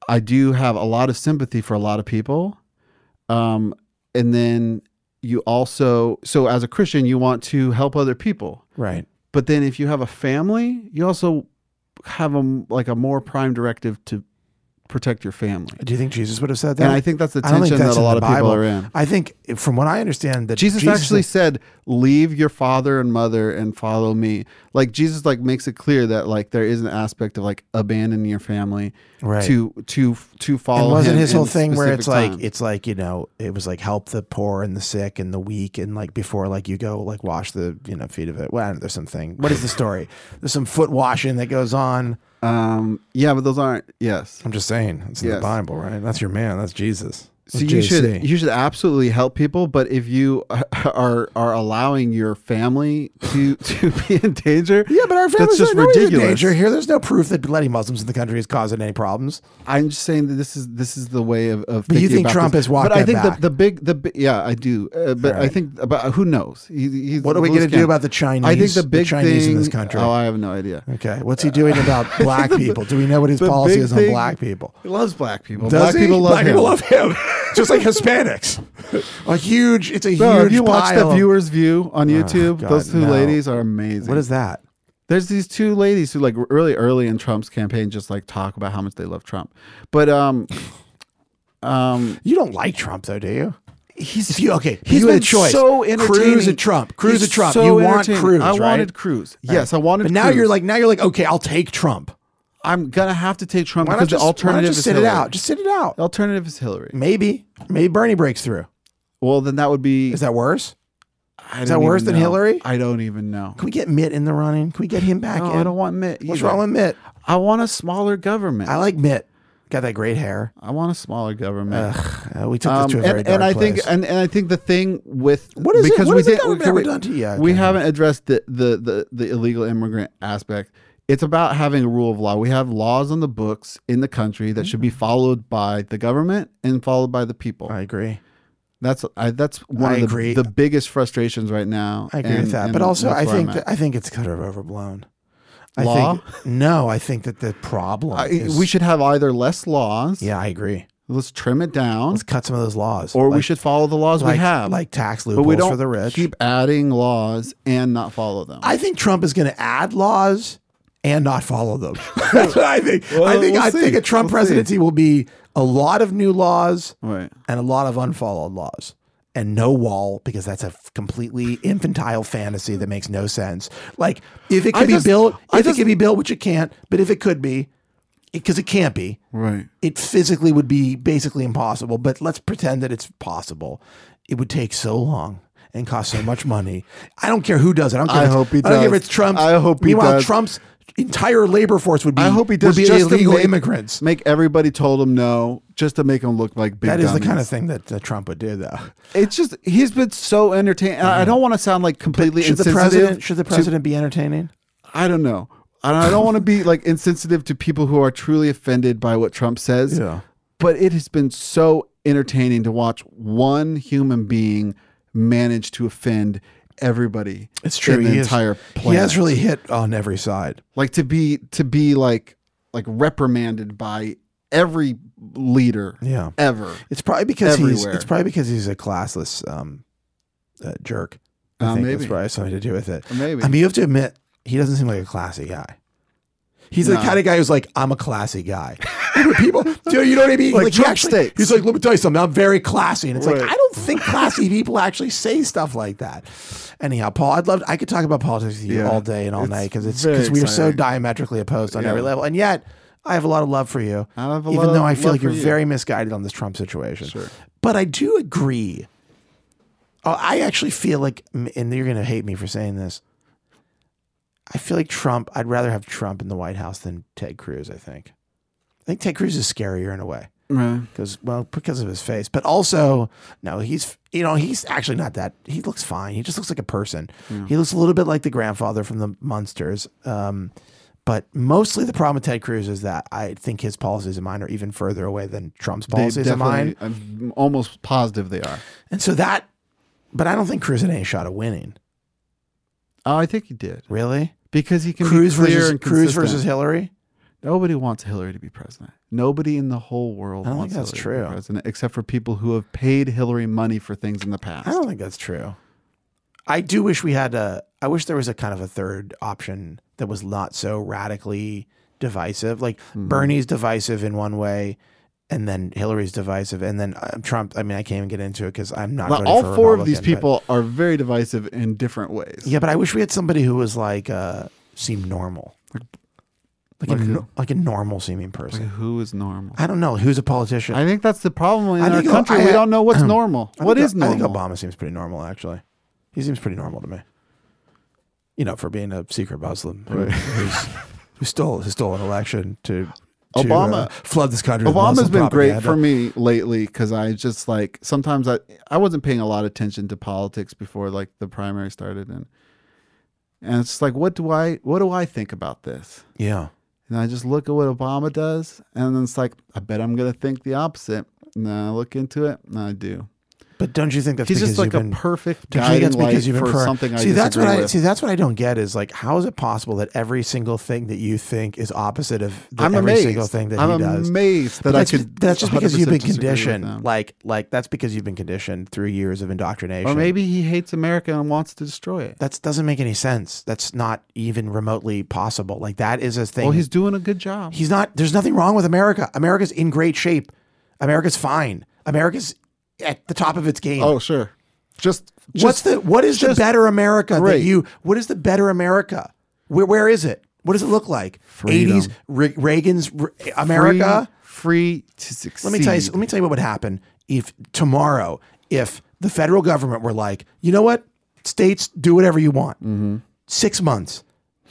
S2: I do have a lot of sympathy for a lot of people, um, and then you also so as a Christian you want to help other people,
S1: Right.
S2: but then if you have a family, you also have a m- like a more prime directive to protect your family.
S1: Do you think Jesus would have said that?
S2: And I think that's the
S1: I don't think
S2: tension that
S1: that's
S2: a
S1: in
S2: lot
S1: the
S2: of people
S1: Bible.
S2: are in.
S1: I think, from what I understand, that
S2: Jesus, actually said, "Leave your father and mother and follow me." Like Jesus, like makes it clear that like there is an aspect of like abandoning your family
S1: Right.
S2: to to to
S1: It
S2: follow.
S1: wasn't
S2: him
S1: his
S2: in
S1: whole
S2: a
S1: thing where
S2: specific
S1: it's like
S2: time.
S1: it's like you know it was like help the poor and the sick and the weak and like before like you go like wash the you know feet of it. Well, I don't know, there's something. What is the story? there's some foot washing that goes on.
S2: um, yeah, but those aren't yes.
S1: I'm just saying it's in the
S2: Yes.
S1: Bible, right? That's your man. That's Jesus.
S2: So
S1: That's
S2: you
S1: JC.
S2: should you should absolutely help people, but if you are are allowing your family to to be in danger,
S1: yeah, but our
S2: that's
S1: family's
S2: just
S1: not always in
S2: ridiculous.
S1: danger here. There's no proof that letting Muslims in the country is causing any problems.
S2: I'm just saying that this is this is the way of. of
S1: But you
S2: thinking
S1: think
S2: about
S1: Trump
S2: this.
S1: has walked
S2: But I
S1: that
S2: think
S1: back?
S2: The, the big the bi- yeah I do. Uh, but I
S1: right.
S2: think about who knows. He, he's
S1: What are we
S2: loose
S1: gonna do
S2: cannon.
S1: about the Chinese-
S2: I think the
S1: the
S2: big
S1: Chinese in
S2: thing-
S1: this country?
S2: Oh, I have no idea.
S1: Okay, what's he doing about black people? Do we know what his
S2: the
S1: policy
S2: big
S1: is on
S2: thing-
S1: black people?
S2: He loves black people.
S1: Does
S2: black
S1: he?
S2: people love
S1: black
S2: him.
S1: people love him, just like Hispanics. A huge, it's a
S2: no,
S1: huge.
S2: if you watch
S1: pile
S2: the
S1: of-
S2: viewers view on YouTube,
S1: Ah, God,
S2: those two
S1: no.
S2: ladies are amazing.
S1: What is that?
S2: There's these two ladies who like really early in Trump's campaign just like talk about how much they love Trump, but um, um,
S1: You don't like Trump though, do you?
S2: he's
S1: If you okay,
S2: He's
S1: you
S2: been
S1: had a choice.
S2: so entertaining.
S1: Cruz and Trump. Cruz
S2: He's
S1: and Trump.
S2: so
S1: you want
S2: entertaining.
S1: Cruz?
S2: I
S1: right?
S2: wanted Cruz. Yes, I wanted.
S1: But now
S2: Cruz.
S1: you're like, now you're like, okay, I'll take Trump.
S2: I'm gonna have to take Trump
S1: Why not
S2: because
S1: just,
S2: the alternative
S1: why not just
S2: is
S1: sit
S2: Hillary.
S1: it out? Just sit it out.
S2: The alternative is Hillary.
S1: Maybe, maybe Bernie breaks through.
S2: Well, then that would be.
S1: Is that worse?
S2: I
S1: is that
S2: don't
S1: worse
S2: even
S1: than
S2: know.
S1: Hillary?
S2: I don't even know.
S1: Can we get Mitt in the running? Can we get him back
S2: No,
S1: in?
S2: I don't want Mitt.
S1: What's
S2: either.
S1: wrong with Mitt?
S2: I want a smaller government.
S1: I
S2: I,
S1: like Mitt. Got that great hair.
S2: want a smaller government.
S1: Ugh, uh, we took this
S2: Um,
S1: to a very
S2: and,
S1: dark
S2: and I think
S1: place.
S2: and, and I think the thing with
S1: What is it-
S2: because
S1: what
S2: we
S1: has the
S2: did
S1: government
S2: we-
S1: ever
S2: we-
S1: done to you?
S2: we
S1: Okay.
S2: haven't addressed the, the the the illegal immigrant aspect. It's about having a rule of law. We have laws on the books in the country
S1: Mm.
S2: that should be followed by the government and followed by the people.
S1: I agree.
S2: That's I, that's one
S1: I
S2: of the,
S1: agree.
S2: the biggest frustrations right now.
S1: I agree
S2: and-
S1: with that.
S2: and
S1: But also,
S2: that's
S1: I
S2: where I'm
S1: think
S2: at.
S1: that, I think it's kind of overblown. I
S2: Law?
S1: think no. I think that the problem.
S2: I-
S1: is,
S2: we should have either less laws.
S1: Yeah, I agree.
S2: Let's trim it down,
S1: Let's cut some of those laws,
S2: or we
S1: Like-
S2: should follow the laws
S1: like,
S2: we have.
S1: like tax
S2: but
S1: loopholes
S2: we don't
S1: for the rich.
S2: keep adding laws and not follow them.
S1: I think Trump is going to add laws and not follow them. That's what I think. I
S2: Well,
S1: think
S2: we'll
S1: I think
S2: see.
S1: a Trump
S2: We'll see.
S1: presidency will be a lot of new laws
S2: right.
S1: and a lot of unfollowed laws and no wall because that's a f- completely infantile fantasy that makes no sense. Like if it
S2: I
S1: could be
S2: just-
S1: built,
S2: I
S1: if
S2: just-
S1: it could be built, which it can't, but if it could be, because it can't be,
S2: Right.
S1: it physically would be basically impossible. But let's pretend that it's possible. It would take so long. And cost so much money. I don't care who does it. I don't care.
S2: I
S1: if it's-
S2: hope he
S1: I don't care
S2: does.
S1: if it's Trump.
S2: I hope he
S1: Meanwhile,
S2: does.
S1: Trump's entire labor force would be.
S2: I hope he does
S1: would be
S2: just to
S1: illegal
S2: make-
S1: immigrants.
S2: Make everybody told him no, just to make him look like big.
S1: That is the kind
S2: dummies.
S1: of thing that uh, Trump would do, though.
S2: It's just he's been so entertaining. I I don't want to sound like completely
S1: should the
S2: insensitive.
S1: president should the
S2: to-
S1: president be entertaining?
S2: I don't know. I don't, I don't want to be like insensitive to people who are truly offended by what Trump says.
S1: Yeah.
S2: But it has been so entertaining to watch one human being manage to offend everybody. In the
S1: He is-
S2: entire
S1: He
S2: planet.
S1: has really hit on every side.
S2: like to be to be like like reprimanded by every leader
S1: Yeah,
S2: ever.
S1: it's probably because he's
S2: Everywhere.
S1: it's probably because he's a classless um, uh, jerk. I
S2: Uh,
S1: think
S2: maybe.
S1: that's probably has something to do with it.
S2: Maybe.
S1: I mean, you have to admit he doesn't seem like a classy guy. He's the
S2: No.
S1: kind of guy who's like, I'm a classy guy. People, do you know what I mean?
S2: Like
S1: he
S2: Trump
S1: actually-
S2: steaks.
S1: He's like, let me tell you something. I'm very classy, and it's like
S2: Right.
S1: I don't think classy people actually say stuff like that. Anyhow, Paul, I'd love I could talk about politics with you
S2: Yeah.
S1: all day and all
S2: It's
S1: night because it's
S2: very
S1: because we are so
S2: exciting.
S1: diametrically opposed on
S2: Yeah.
S1: every level, and yet I have a lot of love for you.
S2: I have a
S1: even
S2: lot
S1: though
S2: of
S1: I feel
S2: love
S1: like
S2: for
S1: you're
S2: you.
S1: very misguided on this Trump situation.
S2: Sure.
S1: But I do agree. Oh, I actually feel like, and you're going to hate me for saying this. I feel like Trump, I'd rather have Trump in the White House than Ted Cruz, I think. I think Ted Cruz is scarier in a way
S2: Right.
S1: because, well, because of his face, but also, no, he's, you know, he's actually not that. He looks fine. He just looks like a person. He looks a little bit like the grandfather from the Munsters. Um, but mostly the problem with Ted Cruz is that I think his policies and mine are even further away than Trump's
S2: They
S1: policies and mine.
S2: definitely- I'm almost positive they are.
S1: And so that, but I don't think Cruz had any shot of winning.
S2: Oh, I think he did
S1: Really?
S2: because he can
S1: Cruz
S2: be clear
S1: versus
S2: and
S1: Cruz
S2: consistent.
S1: versus Hillary?
S2: Nobody wants Hillary to be president. Nobody in the whole world
S1: I don't
S2: wants
S1: think that's
S2: Hillary to
S1: true.
S2: be president, except for people who have paid Hillary money for things in the
S1: I
S2: past.
S1: don't think that's true. I do wish we had a I wish there was a kind of a third option that was not so radically divisive. Like
S2: Hmm.
S1: Bernie's divisive in one way, and then Hillary's divisive, and then uh, Trump. I mean, I can't even get into it because I'm not.
S2: Now,
S1: voting
S2: all
S1: for a
S2: four of these
S1: Republican, but-
S2: people are very divisive in different ways.
S1: yeah, but I wish we had somebody who was like uh, seemed normal, like
S2: Like
S1: a
S2: who?
S1: no- like a normal seeming
S2: Like,
S1: person.
S2: who is normal?
S1: I don't know who's a politician.
S2: I think that's the problem in
S1: I
S2: our
S1: think-
S2: country.
S1: I-
S2: we don't know what's normal.
S1: I
S2: What
S1: think-
S2: is normal?
S1: I think Obama seems pretty normal, actually. He seems pretty normal to me. You know, for being a secret Muslim who,
S2: Right.
S1: who's, who stole who stole an election to, to,
S2: Obama-
S1: uh, flood this country.
S2: Obama's
S1: with Muslim
S2: been great
S1: propaganda.
S2: for me lately because I just like sometimes I I wasn't paying a lot of attention to politics before like the primary started and and it's just like what do I what do I think about this
S1: Yeah,
S2: and I just look at what Obama does and then it's like I bet I'm gonna think the opposite and then I look into it and I do
S1: but don't you think that's
S2: he's
S1: because
S2: just like
S1: you've
S2: a
S1: been,
S2: perfect
S1: don't you think
S2: guiding
S1: that's
S2: light
S1: because you've been
S2: for
S1: pro-
S2: something I
S1: see that's what
S2: disagree
S1: I
S2: with.
S1: see that's what I don't get is like how is it possible that every single thing that you think is opposite of the,
S2: I'm
S1: every
S2: amazed.
S1: single thing that
S2: I'm
S1: he does?
S2: amazed that
S1: But
S2: I
S1: that's,
S2: could.
S1: that's just because you've been
S2: 100% disagree with
S1: conditioned
S2: them.
S1: like like that's because you've been conditioned through years of indoctrination
S2: or maybe he hates America and wants to destroy it.
S1: that doesn't make any sense. That's not even remotely possible. Like that is a thing.
S2: Well, he's doing a good job.
S1: he's not. There's nothing wrong with America. America's in great shape. America's fine. America's at the top of its game.
S2: Oh, sure. Just, just
S1: What's the what is the better America
S2: great.
S1: that you? What is the better America? Where where is it? What does it look like?
S2: Freedom.
S1: Eighties Re- Reagan's Re- America.
S2: free, free to succeed.
S1: Let me tell you. Let me tell you what would happen if tomorrow, if the federal government were like, you know what, states do whatever you want.
S2: Mm-hmm.
S1: Six months,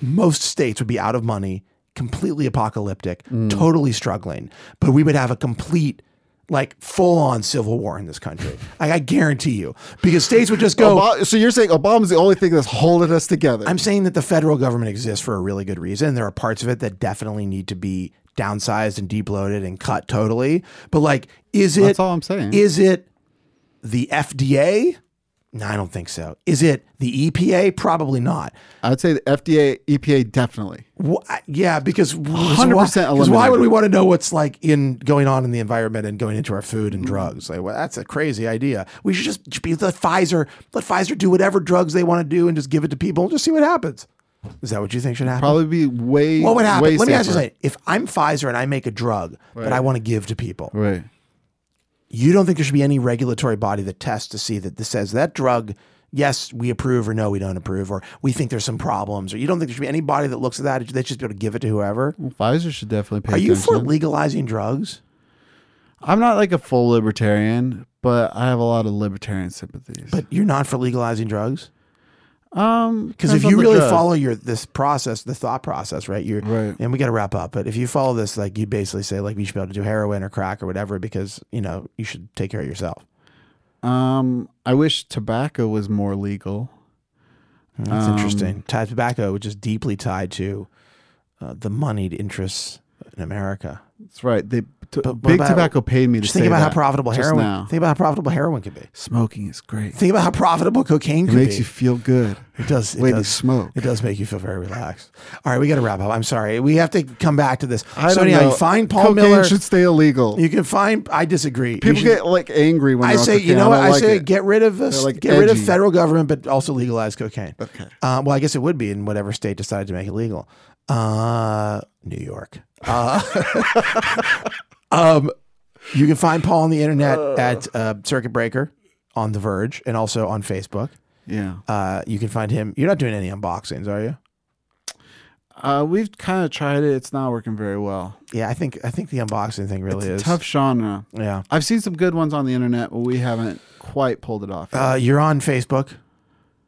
S1: most states would be out of money, completely apocalyptic,
S2: Mm.
S1: totally struggling. But we would have a complete. Like full on civil war in this country. I, I guarantee you. Because states would just go,
S2: Obama, so you're saying Obama's the only thing that's holding us together?
S1: I'm saying that the federal government exists for a really good reason. There are parts of it that definitely need to be downsized and deep-loaded and cut totally. But like, is it?
S2: That's all I'm saying.
S1: Is it the FDA? No, I don't think so. Is it the EPA? Probably not.
S2: I'd say the FDA, EPA, E definitely.
S1: Wh- I- yeah, because
S2: 100%
S1: Because why
S2: eliminated.
S1: would we want to know what's like in going on in the environment and going into our food and drugs? Like, well, that's a crazy idea. We should just, just be let Pfizer let Pfizer do whatever drugs they want to do and just give it to people and just see what happens. Is that what you think should happen?
S2: Probably be way.
S1: What would happen?
S2: Way
S1: Let me ask you
S2: safer.
S1: something. If I'm Pfizer and I make a drug that I want to give to people,
S2: Right.
S1: you don't think there should be any regulatory body that tests to see that this says that drug, yes, we approve or no, we don't approve, or we think there's some problems, or you don't think there should be any body that looks at that? They should just be able to give it to whoever.
S2: Well, Pfizer should definitely pay
S1: Are you
S2: attention.
S1: for legalizing drugs?
S2: I'm not like a full libertarian, but I have a lot of libertarian sympathies.
S1: But you're not for legalizing drugs?
S2: um,
S1: Because if
S2: depends on
S1: you
S2: the
S1: really
S2: drug.
S1: follow your this process, the thought process, right? You're
S2: Right.
S1: and we got to wrap up. But if you follow this, like you basically say, like you should be able to do heroin or crack or whatever because you know you should take care of yourself.
S2: Um, I wish tobacco was more legal.
S1: That's
S2: Um,
S1: interesting. Tied tobacco, which is deeply tied to uh, the moneyed interests in America.
S2: That's right. They t-
S1: But what
S2: big
S1: about-
S2: tobacco paid me to
S1: Just think
S2: say
S1: about how
S2: that
S1: profitable
S2: just
S1: heroin.
S2: now.
S1: Think about how profitable heroin could be.
S2: Smoking is great.
S1: Think about how profitable cocaine
S2: It
S1: could
S2: makes
S1: be.
S2: you feel good.
S1: it does. It
S2: when you
S1: does
S2: smoke.
S1: It does make you feel very relaxed. All right, we got to wrap up. I'm sorry, we have to come back to this.
S2: I
S1: so
S2: don't
S1: anyhow,
S2: know.
S1: you find Paul
S2: Cocaine
S1: Miller.
S2: should stay illegal.
S1: you can find. I disagree. You
S2: People
S1: should-
S2: get like angry when
S1: I
S2: they're on
S1: say, you
S2: cocaine.
S1: know what?
S2: don't
S1: I,
S2: like
S1: say,
S2: it.
S1: get rid of us,
S2: They're, like,
S1: get rid of
S2: edgy.
S1: federal government, but also legalize cocaine. Okay. Uh, well, I guess it would be in whatever state decided to make it legal. Uh, New York. Uh, um, you can find Paul on the internet at uh, Circuit Breaker on The Verge and also on Facebook.
S2: Yeah,
S1: Uh, you can find him. You're not doing any unboxings, are you?
S2: uh, we've kind of tried it. It's not working very well.
S1: Yeah, I think I think the unboxing thing really is
S2: It's a tough genre.
S1: Yeah.
S2: I've seen some good ones on the internet, but we haven't quite pulled it off. yet.
S1: Uh, you're on Facebook.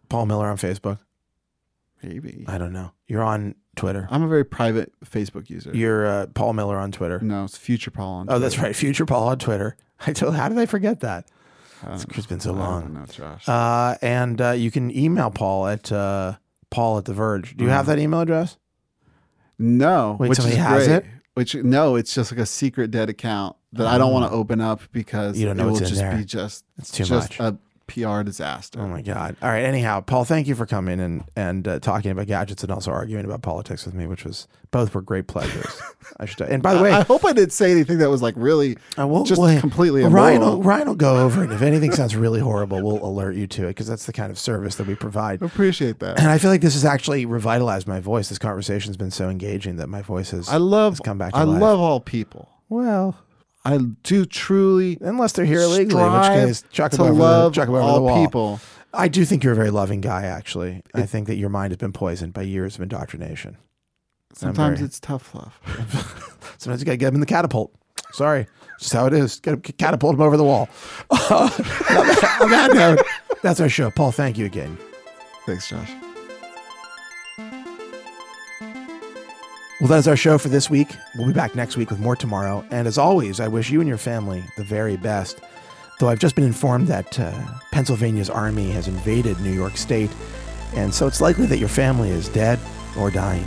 S1: Paul Miller on Facebook.
S2: Maybe
S1: I don't know. You're on Twitter.
S2: I'm a very private Facebook user.
S1: You're uh, Paul Miller on Twitter.
S2: no, it's Future Paul. On
S1: Oh, that's right. Future Paul on Twitter. I told, how did I forget that?
S2: uh,
S1: It's
S2: Oh,
S1: it's been so long.
S2: No, Josh.
S1: Uh, and uh, you can email Paul at uh, Paul at The Verge. Do you have that email address?
S2: No,
S1: Wait,
S2: which
S1: somebody
S2: is
S1: has
S2: great.
S1: it?
S2: Which no, it's just like a secret dead account that I don't want to open up because
S1: Oh. You don't know
S2: it will
S1: what's in
S2: just
S1: there.
S2: be just
S1: It's too
S2: just
S1: much.
S2: a PR disaster.
S1: Oh my God! All right. Anyhow, Paul, thank you for coming and and uh, talking about gadgets and also arguing about politics with me, which was both were great pleasures. I should. And by the way,
S2: I hope I didn't say anything that was like really
S1: I will
S2: just
S1: Uh, well, oh.
S2: completely
S1: Ryan
S2: immoral.
S1: will, Ryan will go over, and if anything sounds really horrible, we'll alert you to it because that's the kind of service that we provide.
S2: appreciate that.
S1: And I feel like this has actually revitalized my voice. This conversation's been so engaging that my voice has.
S2: I love
S1: Let's come back to
S2: I
S1: life.
S2: love all people.
S1: well,
S2: I do truly
S1: unless they're here illegally, in which
S2: strive
S1: case chuck
S2: to
S1: them over,
S2: love
S1: the, chuck 'em over
S2: all
S1: the wall.
S2: people.
S1: I do think you're a very loving guy. Actually, I think that your mind has been poisoned by years of indoctrination.
S2: Sometimes
S1: very-
S2: it's tough love.
S1: Sometimes you gotta get him in the catapult. Sorry, just how it is. Got to catapult him over the wall. on that note, that's our show. Paul, thank you again.
S2: Thanks, Josh.
S1: Well, that is our show for this week. We'll be back next week with more tomorrow. And as always, I wish you and your family the very best. Though I've just been informed that uh, Pennsylvania's army has invaded New York State, and so it's likely that your family is dead or dying.